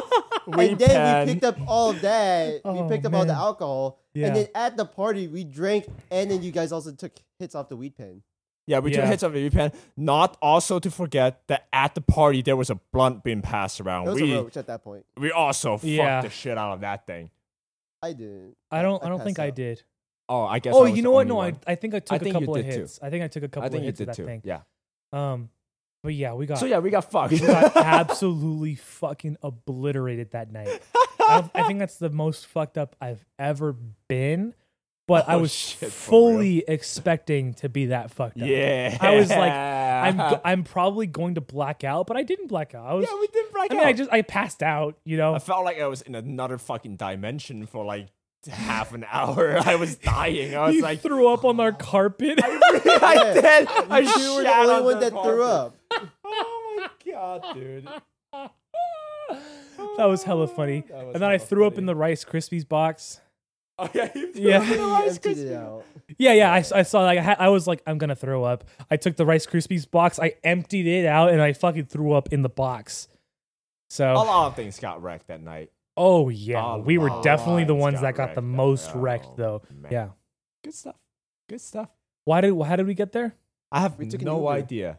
S1: we
S3: and then we
S1: pen.
S3: picked up all of that.
S2: Oh,
S3: we picked up all the
S2: man.
S3: alcohol.
S2: Yeah.
S3: And then at the party, we drank, and then you guys also took hits off the weed pen.
S1: Yeah, we took
S2: Yeah.
S1: hits of the pen. Not also to forget that at the party there was a blunt being passed around.
S3: It was
S1: we
S3: a roach at that point.
S1: we also
S2: Yeah.
S1: fucked the shit out of that thing.
S3: I didn't.
S2: I don't. I,
S3: I
S2: don't think
S3: passed
S2: I
S3: out.
S2: did.
S1: Oh, I guess.
S2: Oh,
S1: I was
S2: you know
S1: the
S2: what?
S1: only
S2: No, I,
S1: one.
S2: I think I took
S1: I
S2: a
S1: think you
S2: couple of
S1: did too.
S2: hits. I think I took a couple
S1: I think
S2: of
S1: you
S2: hits
S1: did
S2: of that
S1: too.
S2: thing.
S1: Yeah.
S2: Um, but yeah, we got
S1: So yeah, we got fucked.
S2: we got absolutely fucking obliterated that night. I, don't- I think that's the most fucked up I've ever been. But I
S1: Oh,
S2: was
S1: shit, for
S2: fully expecting to be that fucked up.
S1: yeah.
S2: I was like, I'm go- I'm probably going to black out, but I didn't black out. I was.
S1: yeah, we did break
S2: I mean, I just I passed out. You know.
S1: I felt like I was in another fucking dimension for like half an hour. I was dying. I was
S2: you
S1: like,
S2: threw up on our carpet.
S1: I did. I
S3: You were the
S1: shat
S3: only
S1: on
S3: one
S1: the
S3: that threw
S1: carpet.
S3: up.
S1: Oh my god, dude.
S2: that was hella funny.
S1: That was
S2: and then I
S1: hella
S2: threw up
S1: funny.
S2: in the Rice Krispies box.
S1: Oh yeah, you threw
S2: Yeah.
S1: up in the
S3: You
S1: Rice
S3: emptied it
S1: Krispies.
S3: out.
S2: Yeah, yeah. I, s- I saw like I, had, I was like I'm gonna throw up. I took the Rice Krispies box. I emptied it out and I fucking threw up in the box. So
S1: A lot of things got wrecked that night.
S2: oh yeah,
S1: a
S2: we were
S1: lot
S2: definitely the
S1: of
S2: ones
S1: got
S2: that got the
S1: wrecked.
S2: most
S1: Oh,
S2: wrecked though.
S1: man.
S2: Yeah.
S1: Good stuff. Good stuff.
S2: Why did how did we get there?
S1: I have
S3: We took an
S1: no
S3: Uber.
S1: idea.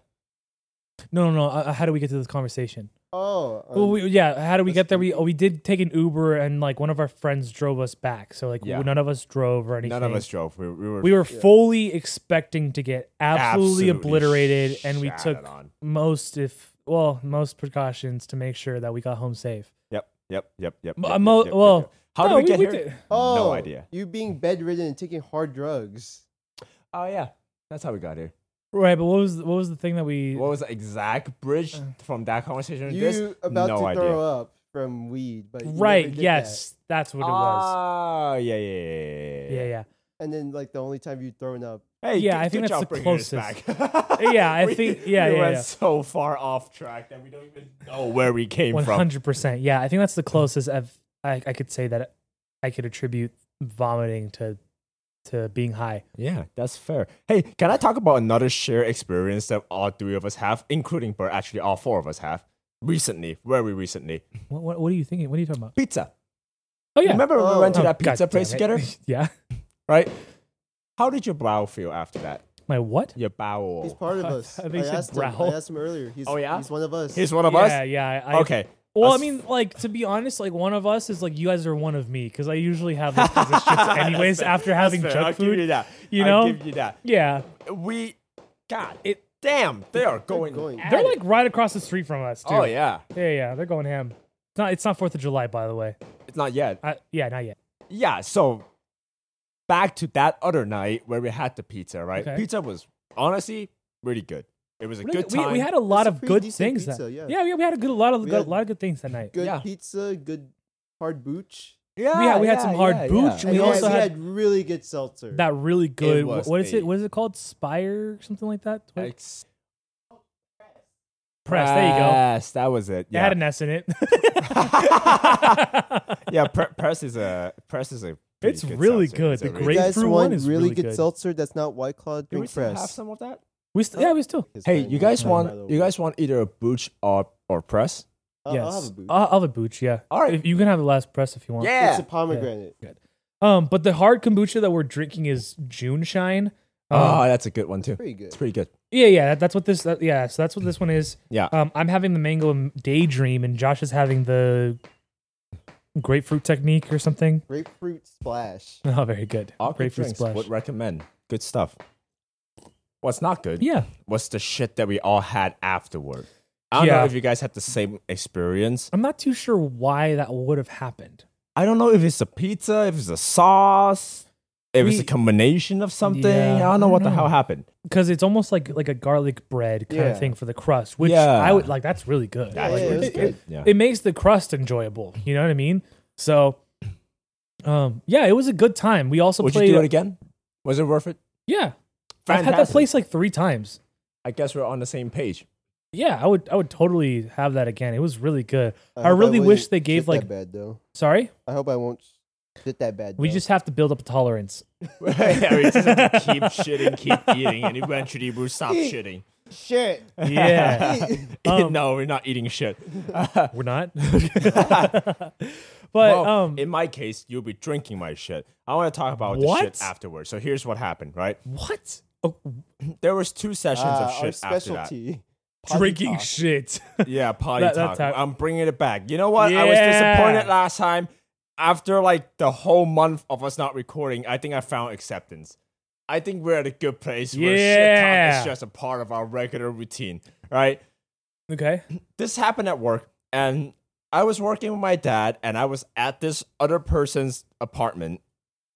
S2: No, no, no. Uh, how do we get to this conversation?
S3: Oh, um,
S2: well, we, yeah. How do we
S3: let's
S2: get there?
S3: do-
S2: We oh, we did take an Uber and like one of our friends drove us back. So like
S1: Yeah.
S2: none of us drove or anything.
S1: None of us drove. We, we were
S2: we were
S3: Yeah.
S2: fully expecting to get
S1: absolutely
S2: absolutely, obliterated and we
S1: shattered
S2: took
S1: on.
S2: most if well most precautions to make sure that we got home safe
S1: Yep, yep, yep, yep.
S2: Mo-
S1: yep,
S2: uh, mo-
S1: yep, yep,
S2: well,
S1: yep. how did
S2: no,
S1: we get here?
S2: did-
S3: oh,
S1: no idea.
S3: You being bedridden and taking hard drugs.
S1: Oh yeah, that's how we got here.
S2: right but what was what was the thing that we
S1: What was the exact bridge
S2: Uh,
S1: from that conversation? to
S3: You
S1: this?
S3: about
S1: no
S3: to
S1: idea.
S3: throw up from weed, but you never
S2: right
S3: did that.
S2: yes that's what it was
S1: Ah, yeah, yeah, yeah, yeah,
S2: yeah yeah
S3: And then like the only time you thrown up.
S1: Hey,
S2: Yeah,
S1: good-
S2: I think
S1: good job
S2: that's the
S1: bringing us
S2: closest.
S1: Back.
S2: Yeah, I
S1: We-
S2: think- yeah,
S1: we
S2: yeah,
S1: went
S2: yeah.
S1: so far off track that we don't even know where we came from. Mm.
S2: 100% yeah i think that's the closest i've I, I could say that i could attribute vomiting to to being high
S1: Yeah, that's fair. Hey, can I talk about another shared experience that all three of us have, including, but actually, all four of us have recently, very recently?
S2: what, what, what are you thinking what are you talking about
S1: Pizza.
S2: oh yeah
S1: Remember
S3: Oh.
S1: we went to
S2: Oh,
S1: that
S2: God
S1: pizza place
S2: damn it.
S1: together,
S2: yeah
S1: right? How did your bowel feel after that?
S2: my what
S1: Your
S3: He's
S1: bowel.
S3: part of
S2: I
S3: us. I,
S2: thought he said
S3: asked him. I
S2: growl.
S3: asked him earlier. He's,
S1: Oh, yeah?
S3: he's one of us.
S1: He's one of
S2: yeah
S1: us.
S2: yeah I,
S1: Okay.
S2: Well, I
S1: Us-
S2: mean, like to be honest, like one of us is like you guys are one of me because I usually have those kinds of shits anyways after having
S1: Fair,
S2: junk
S1: I'll
S2: food.
S1: Give you that.
S2: you
S1: I'll
S2: know?
S1: give you that.
S2: Yeah,
S1: We, God, it. Damn, they are going.
S3: going.
S1: at
S2: they're
S1: it.
S2: like right across the street from us. Too.
S1: oh yeah,
S2: yeah, yeah. They're going ham. It's not. It's not Fourth of July, by the way.
S1: it's not yet.
S2: I, yeah, not yet.
S1: Yeah, so back to that other night where we had the pizza. Right,
S2: Okay.
S1: pizza was honestly really good. It was a
S2: Really
S1: good
S2: good- we,
S1: time.
S2: we had a lot
S3: It's a
S2: of
S3: pretty
S2: good
S3: decent
S2: things.
S3: pizza,
S2: that,
S3: yeah.
S2: yeah, we, we had a good a lot of
S3: We
S2: good,
S3: had-
S2: a lot of good things that night.
S3: good
S1: Yeah.
S3: pizza, good hard booch.
S1: yeah,
S2: we had- we had some hard booch.
S3: And
S2: We
S3: we
S2: also
S3: had, we
S2: had-
S3: had really good seltzer.
S2: That really good. wh-
S1: was
S2: what is
S1: a-
S2: it? What is it called? Spire or something like that. What-
S1: Ex-
S2: Press. There you go.
S1: Yes, that was it.
S2: It had
S1: Yeah,
S2: an S in it.
S1: yeah. Pre- press is a press is a. pretty
S2: It's really
S1: seltzer.
S2: good.
S1: It's a
S2: The
S1: really-
S3: you
S2: grape-
S3: guys
S2: grapefruit
S3: want
S2: one is
S3: really,
S2: really
S3: good,
S2: good.
S3: seltzer that's not White Claw
S1: Can we
S3: drink
S1: still have
S3: press.
S1: some of that?
S2: we st- yeah, we still.
S1: Hey, you guys want you guys want either a booch or or press?
S3: i
S2: yes.
S3: Uh,
S2: Oh,
S3: I'll have a booch.
S2: I'll, I'll have a booch. Yeah.
S1: All right.
S2: If you can have the last press if you want.
S1: Yeah.
S3: It's a pomegranate.
S2: Um, but the hard kombucha that we're drinking is June Shine. Um,
S1: Oh, that's a good one too.
S3: Pretty good.
S1: It's pretty good.
S2: yeah, yeah, that, that's what this. that- yeah, so that's what this one is.
S1: Yeah.
S2: Um, I'm having the mango m- daydream, and Josh is having the grapefruit technique or something.
S3: Grapefruit splash.
S2: Oh, very good.
S1: All good
S2: grapefruit
S1: drinks
S2: splash.
S1: would recommend. Good stuff. What's not good?
S2: yeah.
S1: What's the shit that we all had afterward? I don't know
S2: Yeah.
S1: if you guys had the same experience.
S2: I'm not too sure why that would have happened.
S1: I don't know if it's a pizza, if it's a sauce, if it's
S2: We-
S1: a combination of something.
S2: Yeah,
S1: I don't know
S2: I
S1: what
S2: don't
S1: the hell
S2: know.
S1: happened.
S2: Because it's almost like like a garlic bread kind
S3: Yeah.
S2: of thing for the crust, which
S1: Yeah.
S2: I would like. That's really good.
S1: That
S3: Yeah,
S1: was
S3: it
S1: really
S3: was
S1: good. Yeah.
S2: it makes the crust enjoyable. You know what I mean? So, um, yeah, it was a good time. We also
S1: would you
S2: played.
S1: do it again? Was it worth it?
S2: Yeah, I've had that
S1: Fantastic.
S2: place like three times.
S1: I guess we're on the same page.
S2: Yeah, I would. I would totally have that again. It was really good. I,
S3: hope
S2: really wish
S3: wouldn't
S2: they gave
S3: shit
S2: like.
S3: that bad though.
S2: Sorry,
S3: I hope I won't shit that bad.
S2: we
S3: though.
S2: just have to build up a tolerance.
S1: yeah, we just have to keep shitting, keep eating, and eventually we'll stop shitting.
S3: shit.
S2: Yeah, Um,
S1: no, we're not eating shit.
S2: we're not. but
S1: Well,
S2: um,
S1: in my case, you'll be drinking my shit. I want to talk about the
S2: What?
S1: shit afterwards. So here's what happened, right?
S2: what? Oh,
S1: There was two sessions
S3: Ah,
S1: of
S3: our
S1: shit after that.
S3: specialty.
S2: drinking
S3: talk.
S2: shit.
S1: Yeah, party
S2: That- that
S1: talk.
S2: type.
S1: I'm bringing it back. You know what? I was
S2: Yeah.
S1: disappointed last time. after like the whole month of us not recording, I think I found acceptance. I think we're at a good place where shit talk
S2: Yeah.
S1: is just a part of our regular routine, right?
S2: Okay.
S1: This happened at work, and I was working with my dad, and I was at this other person's apartment,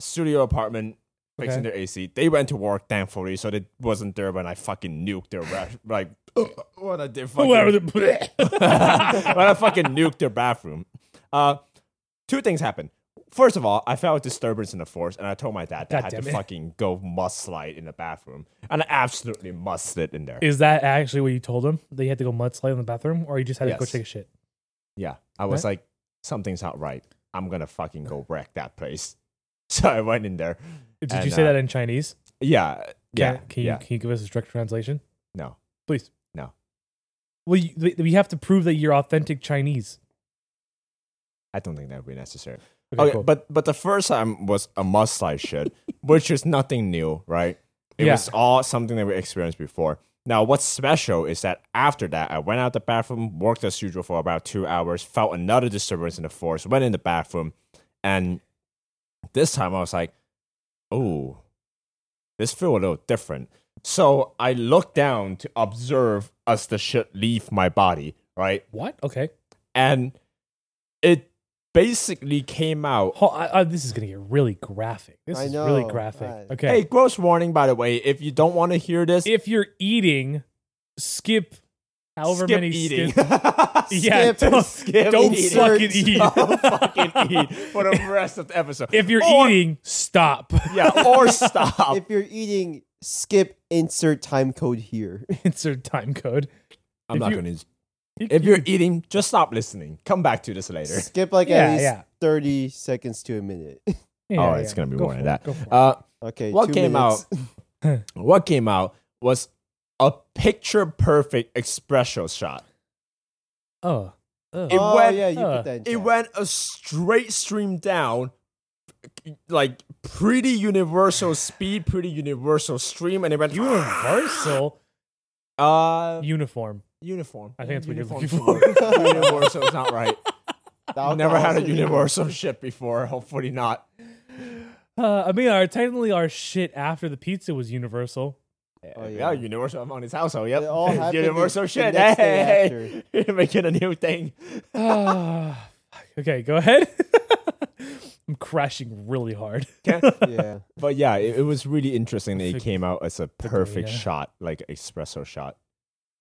S1: studio apartment, fixing
S2: Okay.
S1: their AC. They went to work, thankfully, so they wasn't there when I fucking nuked their ra- like when I did fucking
S2: Whoever the-
S1: when I fucking nuked their bathroom. Uh, two things happened. First of all, I felt a disturbance in the force, and I told my dad that
S2: God
S1: I had
S2: damn
S1: to
S2: it.
S1: fucking go mudslide in the bathroom, and I absolutely mudslid in there.
S2: Is that actually what you told him? That you had to go mudslide in the bathroom, or you just had to go
S1: Yes.
S2: take a shit?
S1: yeah, I was
S2: Huh?
S1: like, something's not right. I'm gonna fucking
S2: Uh.
S1: go wreck that place. So I went in there.
S2: Did you
S1: And,
S2: say
S1: uh,
S2: that in Chinese?
S1: Yeah,
S2: Can,
S1: yeah,
S2: Can you
S1: yeah.
S2: can you give us a direct translation,
S1: No,
S2: please?
S1: No.
S2: Well, you, we- we have to prove that you're authentic Chinese.
S1: I don't think that would be necessary.
S2: Okay,
S1: Okay,
S2: cool.
S1: Oh, but but the first time was a mudslide shit, which is nothing new, right? It
S2: Yeah.
S1: was all something that we experienced before. Now, what's special is that after that, I went out the bathroom, worked as usual for about two hours, felt another disturbance in the force, went in the bathroom, and this time I was like, "Oh, this feel a little different." So I looked down to observe as the shit leave my body, right?
S2: what? Okay.
S1: And it basically came out
S2: Ho- I, I, this is gonna get really graphic. This
S3: I
S2: is really
S3: know,
S2: graphic.
S3: right.
S2: Okay.
S1: Hey, gross warning, by the way. If you don't want to hear this,
S2: if you're eating, skip however
S1: skip
S2: many
S1: eating.
S2: skips. Yeah,
S1: skip,
S2: don't-
S1: skip
S2: don't
S1: eating.
S2: fucking eat.
S1: Don't fucking eat for the rest of the episode.
S2: If you're
S1: Or-
S2: eating, stop.
S1: yeah, or stop.
S3: If you're eating, skip insert time code here.
S2: Insert time code.
S1: I'm
S2: if
S1: not
S2: you-
S1: gonna. If you're eating, just stop listening. Come back to this later.
S3: skip like
S2: Yeah,
S3: at least
S2: yeah.
S3: 30 seconds to a minute.
S2: Yeah,
S1: oh, it's
S2: yeah.
S1: gonna be
S2: Go
S1: more than
S2: for it,
S1: that.
S2: go for it.
S1: Uh,
S3: Okay.
S1: What
S3: two
S1: came
S3: minutes.
S1: what came out was a picture perfect espresso shot.
S2: Oh. oh.
S1: It
S3: oh,
S1: went-
S3: yeah, you
S2: uh,
S3: put that in
S1: It
S3: chat.
S1: went a straight stream down, like pretty universal speed, pretty universal stream, and it went.
S2: Universal
S1: Uh,
S2: uniform.
S1: uniform.
S2: I think that's what you're
S1: Uniform
S2: looking
S1: should work. Universal's not right.
S3: That
S1: I've never had a
S3: was-
S1: universal shit before. Hopefully not.
S2: Uh, I mean, our technically our shit after the pizza was universal.
S1: Oh, yeah.
S3: yeah.
S1: universal. I'm on his household. Yep.
S3: It all happened
S1: universal
S3: the- the
S1: shit.
S3: next day
S1: hey, hey, hey. making a new thing.
S2: Ah, fuck. okay, go ahead. I'm crashing really hard.
S3: Yeah.
S1: But yeah, it, it was really interesting that it
S2: Perfect-
S1: came out as a perfect
S2: yeah.
S1: shot, like espresso shot.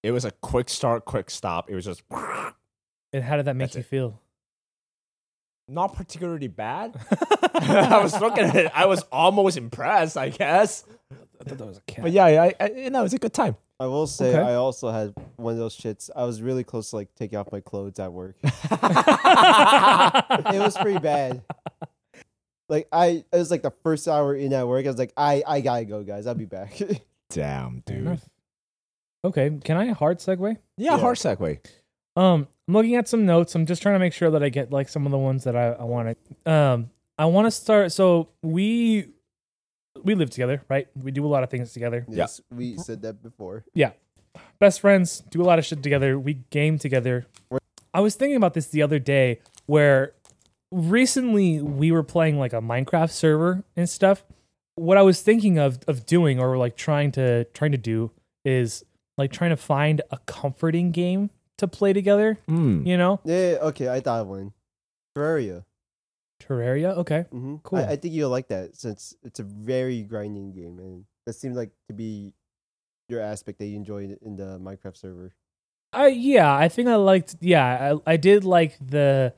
S1: It was a quick start, quick stop. It was just
S2: And how did that make
S1: That's
S2: you
S1: it.
S2: feel?
S1: not particularly bad. I was looking at it. I was almost impressed, I guess.
S2: I thought that was a cat.
S1: But yeah, I, I, you know, it was a good time.
S3: I will say
S2: Okay.
S3: I also had one of those shits. I was really close to like taking off my clothes at work. it was pretty bad. Like I, it was like the first hour in at work. I was like, I, I gotta go, guys. I'll be back.
S1: Damn,
S2: Fair
S1: dude.
S2: enough. Okay, can I hard segue?
S1: Yeah,
S3: Yeah.
S1: hard segue.
S2: Um, I'm looking at some notes. I'm just trying to make sure that I get like some of the ones that I, I want to. Um, I want to start. So we we live together, right? We do a lot of things together.
S3: yes, we said that before.
S2: Best friends do a lot of shit together. We game together. I was thinking about this the other day, where recently we were playing like a Minecraft server and stuff. What I was thinking of of doing or like trying to trying to do is like trying to find a comforting game to play together.
S1: Mm.
S2: You know,
S3: Yeah. yeah, Okay, I thought of one. Terraria.
S2: Terraria. Okay.
S3: hmm
S2: Cool.
S3: I, I think you'll like that since it's a very grinding game, and that seemed like to be your aspect that you enjoyed in the Minecraft server.
S2: I yeah, I think I liked yeah, I I did like the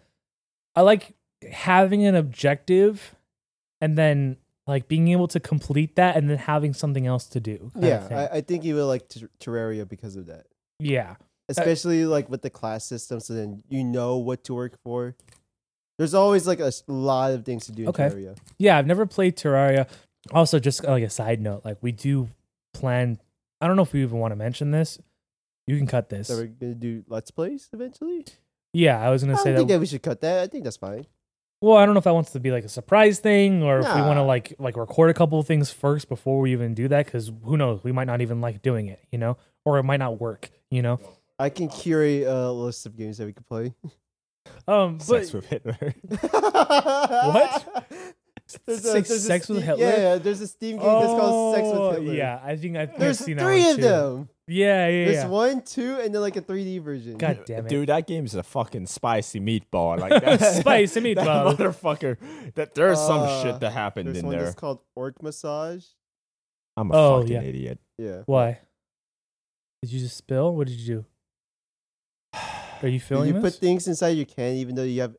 S2: I like having an objective and then like being able to complete that and then having something else to do. kind of
S3: yeah,
S2: thing. Uh,
S3: I, I think you will like ter- Terraria because of that,
S2: yeah.
S3: especially like with the class system. So then you know what to work for. There's always like a s- lot of things to do in
S2: Okay.
S3: Terraria.
S2: Yeah, I've never played Terraria. Also just uh, like a side note, like we do plan I don't know if we even want to mention this. You can cut this.
S3: So we're gonna do let's plays eventually.
S2: Yeah, I was
S3: I
S2: going to
S3: don't
S2: say
S3: think that,
S2: that.
S3: we should cut that. I think that's fine.
S2: Well, I don't know if that wants to be like a surprise thing or if we
S3: Nah.
S2: want to like like record a couple of things first before we even do that cuz who knows, we might not even like doing it, you know? Or it might not work, you know?
S3: I can curate a list of games that we could play.
S2: Um,
S1: Sex
S2: but
S1: with Hitler.
S3: what? There's
S2: Sex- Sex with Hitler?
S3: Yeah, yeah, there's a Steam game that's called Sex
S2: Oh,
S3: with Hitler.
S2: Yeah, I think I've I've
S3: There's
S2: seen that
S3: three
S2: one
S3: of
S2: too.
S3: them.
S2: Yeah, yeah,
S3: There's
S2: yeah.
S3: one, two, and then like a 3D version.
S2: God damn it,
S1: Dude, that game's a fucking spicy meatball. Like that's
S2: Spicy
S1: that
S2: meatball.
S1: motherfucker. That there's
S3: Uh,
S1: some shit that happened
S3: There's
S1: in
S3: one
S1: there.
S3: that's called Orc Massage.
S1: I'm a
S2: Oh,
S1: fucking
S2: yeah.
S1: idiot.
S3: Yeah.
S2: Why? Did you just spill? What did you do? Are you
S3: Did
S2: feeling
S3: you put
S2: this?
S3: things inside your can even though you have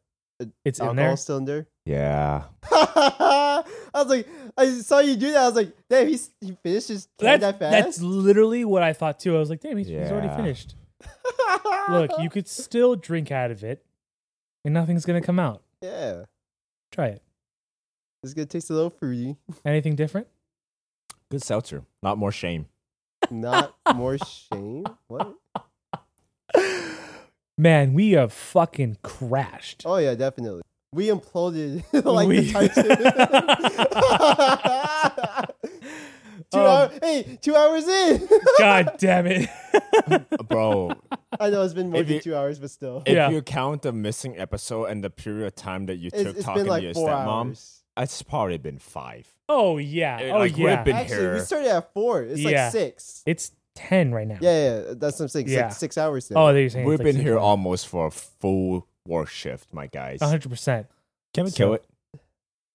S2: it's in
S3: alcohol
S2: there.
S3: still in there?
S1: Yeah.
S3: I was like, I saw you do that. I was like, damn, he's, he finished his can
S2: That's,
S3: that
S2: that's
S3: fast.
S2: literally what I thought too. I was like, damn, he's, he's already
S1: Yeah.
S2: finished. Look, you could still drink out of it, and nothing's gonna come out.
S3: Yeah,
S2: Try it.
S3: it's gonna taste a little fruity.
S2: Anything different?
S1: Good seltzer. Not more shame.
S3: Not more shame. What?
S2: Man, we have fucking crashed.
S3: Oh yeah, definitely. We imploded like
S2: We-
S3: the Titan. two
S2: Um,
S3: hour, hey, two hours in.
S2: God damn it.
S1: Uh, Bro,
S3: I know it's been more
S1: If
S3: than
S1: you-
S3: two hours, but still,
S1: if
S2: Yeah.
S1: you count the missing episode and the period of time that you
S3: it's,
S1: took
S3: it's
S1: talking
S3: been like
S1: to your
S3: four
S1: stepmom,
S3: hours.
S1: it's probably been five.
S2: oh yeah.
S1: Hey,
S2: Oh
S1: like, we've
S2: yeah.
S1: been-
S3: Actually, we
S1: here.
S3: started at four. It's
S2: Yeah.
S3: like six.
S2: it's ten right now.
S3: Yeah, yeah, that's what I'm saying. It's
S2: Yeah.
S3: like six hours. Then.
S2: Oh, they're saying
S1: We've
S2: it's like
S1: been
S2: six
S1: here
S2: months.
S1: almost for a full work shift, my guys.
S2: A hundred percent.
S1: Can we
S2: so-
S1: kill it?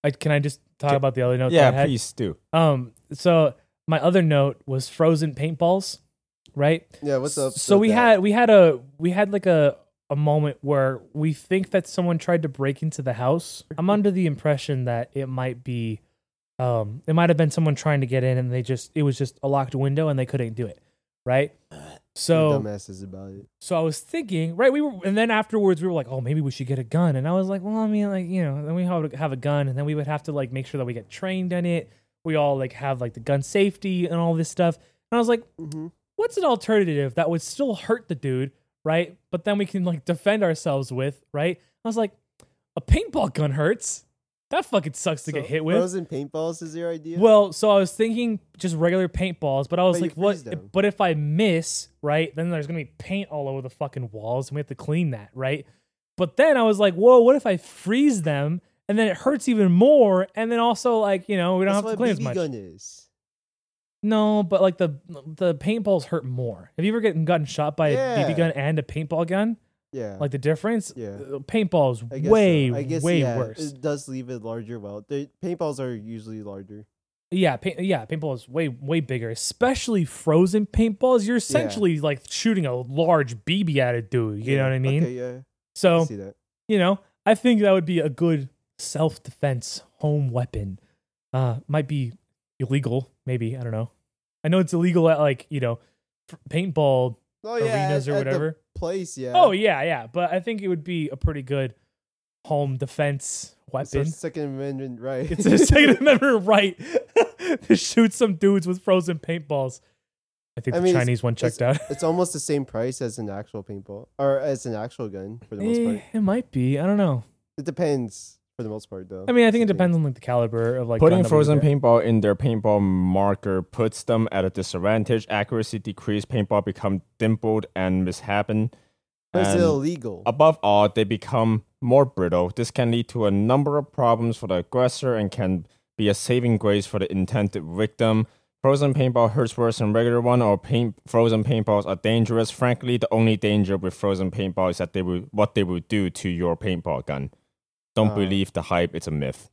S2: I, can I just talk
S1: Okay.
S2: about the other note? that
S1: Yeah,
S2: I had?
S1: please do.
S2: Um. So my other note was frozen paintballs, right?
S3: yeah. What's up?
S2: So
S3: with
S2: we
S3: that?
S2: had we had a we had like a a moment where we think that someone tried to break into the house. I'm under the impression that it might be, um, it might have been someone trying to get in and they just it was just a locked window and they couldn't do it, right? So
S3: dumbasses about it.
S2: So I was thinking, right? We were, and then afterwards we were like, oh, maybe we should get a gun. And I was like, well, I mean, like you know, then we have have a gun, and then we would have to like make sure that we get trained in it. We all like have like the gun safety and all this stuff. And I was like, what's an alternative that would still hurt the dude, right? But then we can like defend ourselves with, right? I was like, a paintball gun hurts. That fucking sucks to get hit with.
S3: frozen paintballs is your idea.
S2: Well, so I was thinking just regular paintballs, but I was
S3: But you
S2: like, what?
S3: freeze them.
S2: But if I miss, right, then there's gonna be paint all over the fucking walls, and we have to clean that, right? But then I was like, whoa, what if I freeze them, and then it hurts even more, and then also like you know we don't have
S3: that's what
S2: to
S3: a
S2: clean as
S3: BB
S2: much.
S3: gun is.
S2: No, but like the the paintballs hurt more. Have you ever gotten gotten shot by a
S3: Yeah.
S2: BB gun and a paintball gun?
S3: Yeah,
S2: Like the difference?
S3: Yeah.
S2: Uh, Paintball is
S3: I guess
S2: way
S3: so. I guess,
S2: way
S3: yeah,
S2: worse.
S3: It does leave a larger welt. The paintballs are usually larger.
S2: Yeah, paint, yeah, paintball is way way bigger, especially frozen paintballs. You're essentially like shooting a large BB at a dude. You know what I mean? Oh.
S3: Okay, yeah, I
S2: So
S3: see that.
S2: you know, I think that would be a good self defense home weapon. Uh, might be illegal, maybe I don't know. I know it's illegal at like you know, f- paintball
S3: Oh yeah,
S2: arenas
S3: at-
S2: or
S3: at the
S2: whatever.
S3: place. Yeah.
S2: Oh yeah, yeah, but I think it would be a pretty good home defense
S3: It's our
S2: weapon.
S3: Second Amendment right.
S2: It's a Second Amendment right to shoot some dudes with frozen paintballs. I think
S3: I
S2: the
S3: mean, it's-
S2: Chinese one checked out.
S3: it's almost the same price as an actual paintball or as an actual gun for the most
S2: Eh,
S3: part.
S2: it might be. I don't know.
S3: It depends for the most part, though.
S2: I mean, I think it
S3: That's the thing.
S2: depends on like the caliber of like gun
S1: Putting
S2: that we
S1: frozen
S2: get.
S1: paintball in their paintball marker puts them at a disadvantage. Accuracy decrease. Paintball become dimpled and mishappen.
S3: But it's
S1: And
S3: illegal.
S1: Above all, they become more brittle. This can lead to a number of problems for the aggressor and can be a saving grace for the intended victim. Frozen paintball hurts worse than regular one, or paint frozen paintballs are dangerous. Frankly, the only danger with frozen paintball is that they will what they will do to your paintball gun. Don't
S3: Ah.
S1: believe the hype; it's a myth.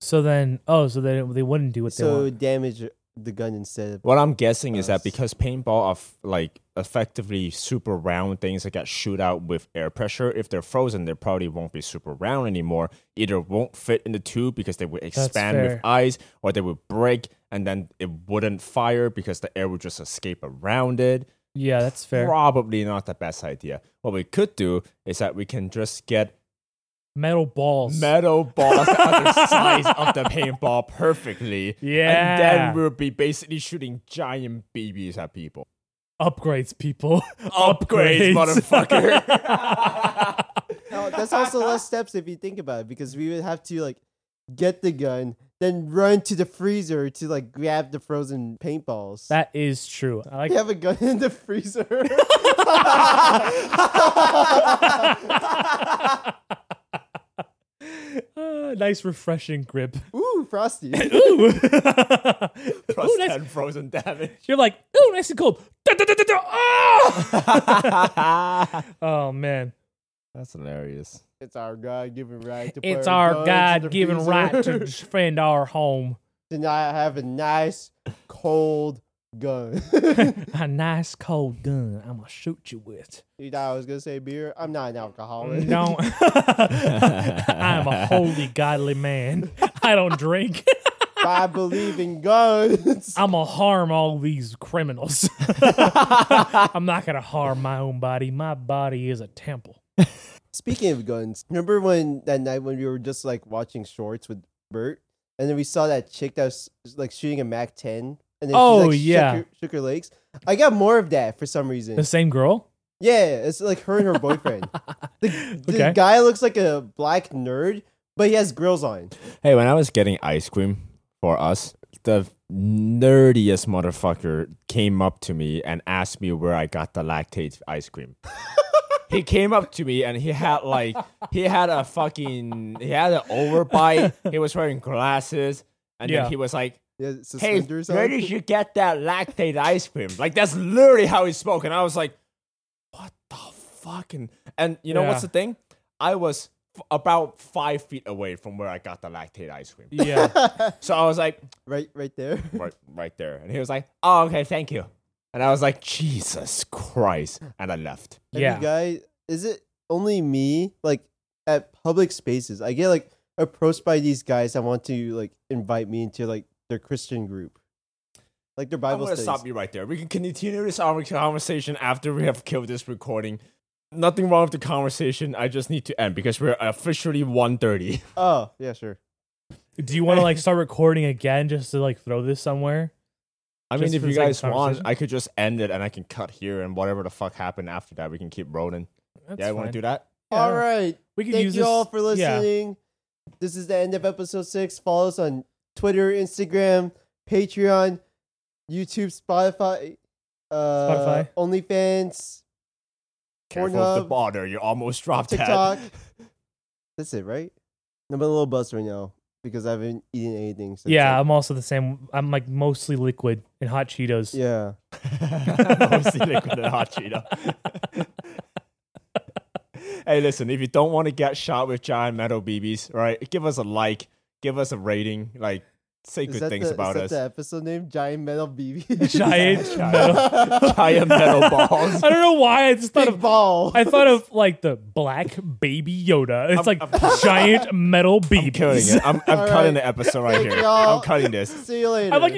S2: So then, oh, so then they wouldn't do what they
S3: so
S2: want.
S3: damage the gun instead of
S1: What I'm guessing is
S3: Us.
S1: that because paintball are f- like effectively super round things that got shoot out with air pressure, if they're frozen, they probably won't be super round anymore. Either won't fit in the tube because they would expand with
S2: fair.
S1: ice, or they would break and then it wouldn't fire because the air would just escape around it.
S2: Yeah, that's fair.
S1: Probably not the best idea. What we could do is that we can just get
S2: Metal balls.
S1: metal balls that are the size of the paintball perfectly. And
S2: Yeah.
S1: then we'll be basically shooting giant BBs at people.
S2: Upgrades, people.
S1: Upgrades,
S2: motherfucker.
S3: No, that's also less steps if you think about it, because we would have to like get the gun, then run to the freezer to like grab the frozen paintballs.
S2: That is true. I like
S3: you have a gun in the freezer.
S2: Ah, nice refreshing grip.
S3: Ooh, frosty.
S2: Ooh.
S1: Plus
S2: Ooh, nice.
S1: 10 frozen damage.
S2: You're like, ooh, nice and cold. Da, da, da, da, da. Ah! oh man.
S1: That's hilarious.
S3: It's our God-given right to. put
S2: It's our
S3: guns in the
S2: God given
S3: freezer.
S2: right to defend our home.
S3: to not have a nice cold gun.
S2: A nice cold gun I'm gonna shoot you with.
S3: you thought I was gonna say beer? I'm not an alcoholic.
S2: Don't I'm a holy godly man. I don't drink.
S3: but I believe in guns.
S2: I'm gonna harm all these criminals. I'm not gonna harm my own body. My body is a temple.
S3: Speaking of guns, remember when that night when we were just like watching shorts with Bert, and then we saw that chick that was like shooting a Mac 10, and then
S2: Oh,
S3: she like,
S2: yeah.
S3: shook her, shook her legs. I got more of that for some reason.
S2: The same girl?
S3: Yeah, it's like her and her boyfriend. the the
S2: Okay.
S3: guy looks like a black nerd, but he has grills on.
S1: Hey, when I was getting ice cream for us, the nerdiest motherfucker came up to me and asked me where I got the lactate ice cream. he came up to me and he had like he had a fucking he had an overbite. he was wearing glasses and
S2: Yeah.
S1: then he was like
S3: He has
S1: Hey,
S3: suspenders
S1: where
S3: on.
S1: did you get that lactate ice cream? Like that's literally how he spoke, and I was like, "What the fucking?" And you know
S2: Yeah.
S1: what's the thing? I was f- about five feet away from where I got the lactate ice cream,
S2: Yeah.
S1: so I was like,
S3: right, right there.
S1: "Right, right there," and he was like, "Oh, okay, thank you," and I was like, "Jesus Christ!" And I left.
S3: Have
S2: yeah.
S3: you guys, is it only me? Like at public spaces, I get like approached by these guys that want to like invite me into like their Christian group, like their
S1: I'm
S3: Bible
S1: gonna
S3: studies.
S1: stop you right there. We can continue this our conversation after we have killed this recording. Nothing wrong with the conversation. I just need to end because we're officially 1.30.
S3: Oh yeah, sure.
S2: Do you want to like start recording again just to like throw this somewhere?
S1: I
S2: Just
S1: mean, if
S2: for the
S1: you
S2: sake of
S1: guys want,
S2: conversation?
S1: I could just end it and I can cut here and whatever the fuck happened after that, we can keep rolling.
S2: That's
S1: yeah, I want to
S2: fine.
S1: do that.
S2: Yeah.
S3: All right,
S2: We can
S3: thank you
S2: use this-
S3: all for
S2: yeah.
S3: listening. This is the end of episode six. Follow us on Twitter, Instagram, Patreon, YouTube, Spotify, uh,
S2: Spotify.
S3: OnlyFans,
S1: Careful with
S3: Pornhub.
S1: the border. You almost dropped
S3: TikTok.
S1: that.
S3: That's it, right? I'm a little buzzed right now because I haven't eaten anything. Since
S2: Yeah,
S3: like-
S2: I'm also the same. I'm like mostly liquid and hot Cheetos.
S3: yeah.
S1: Mostly liquid and hot Cheeto. hey, listen, if you don't want to get shot with giant metal BBs, right, give us a like, give us a rating, like, say
S3: Is
S1: good
S3: that
S1: things
S3: the,
S1: about
S3: is
S1: us.
S3: That the episode name Giant Metal BB.
S2: Giant metal.
S1: giant metal balls.
S2: I don't know why. I just thought
S3: Big
S2: of.
S3: ball.
S2: I thought of like the black baby Yoda. It's like giant metal BBs.
S1: Killing it. I'm, I'm
S3: All
S1: cutting
S3: right.
S1: the episode right
S3: Thank
S1: here.
S3: y'all.
S1: I'm cutting this.
S3: See you later.
S2: I'm like,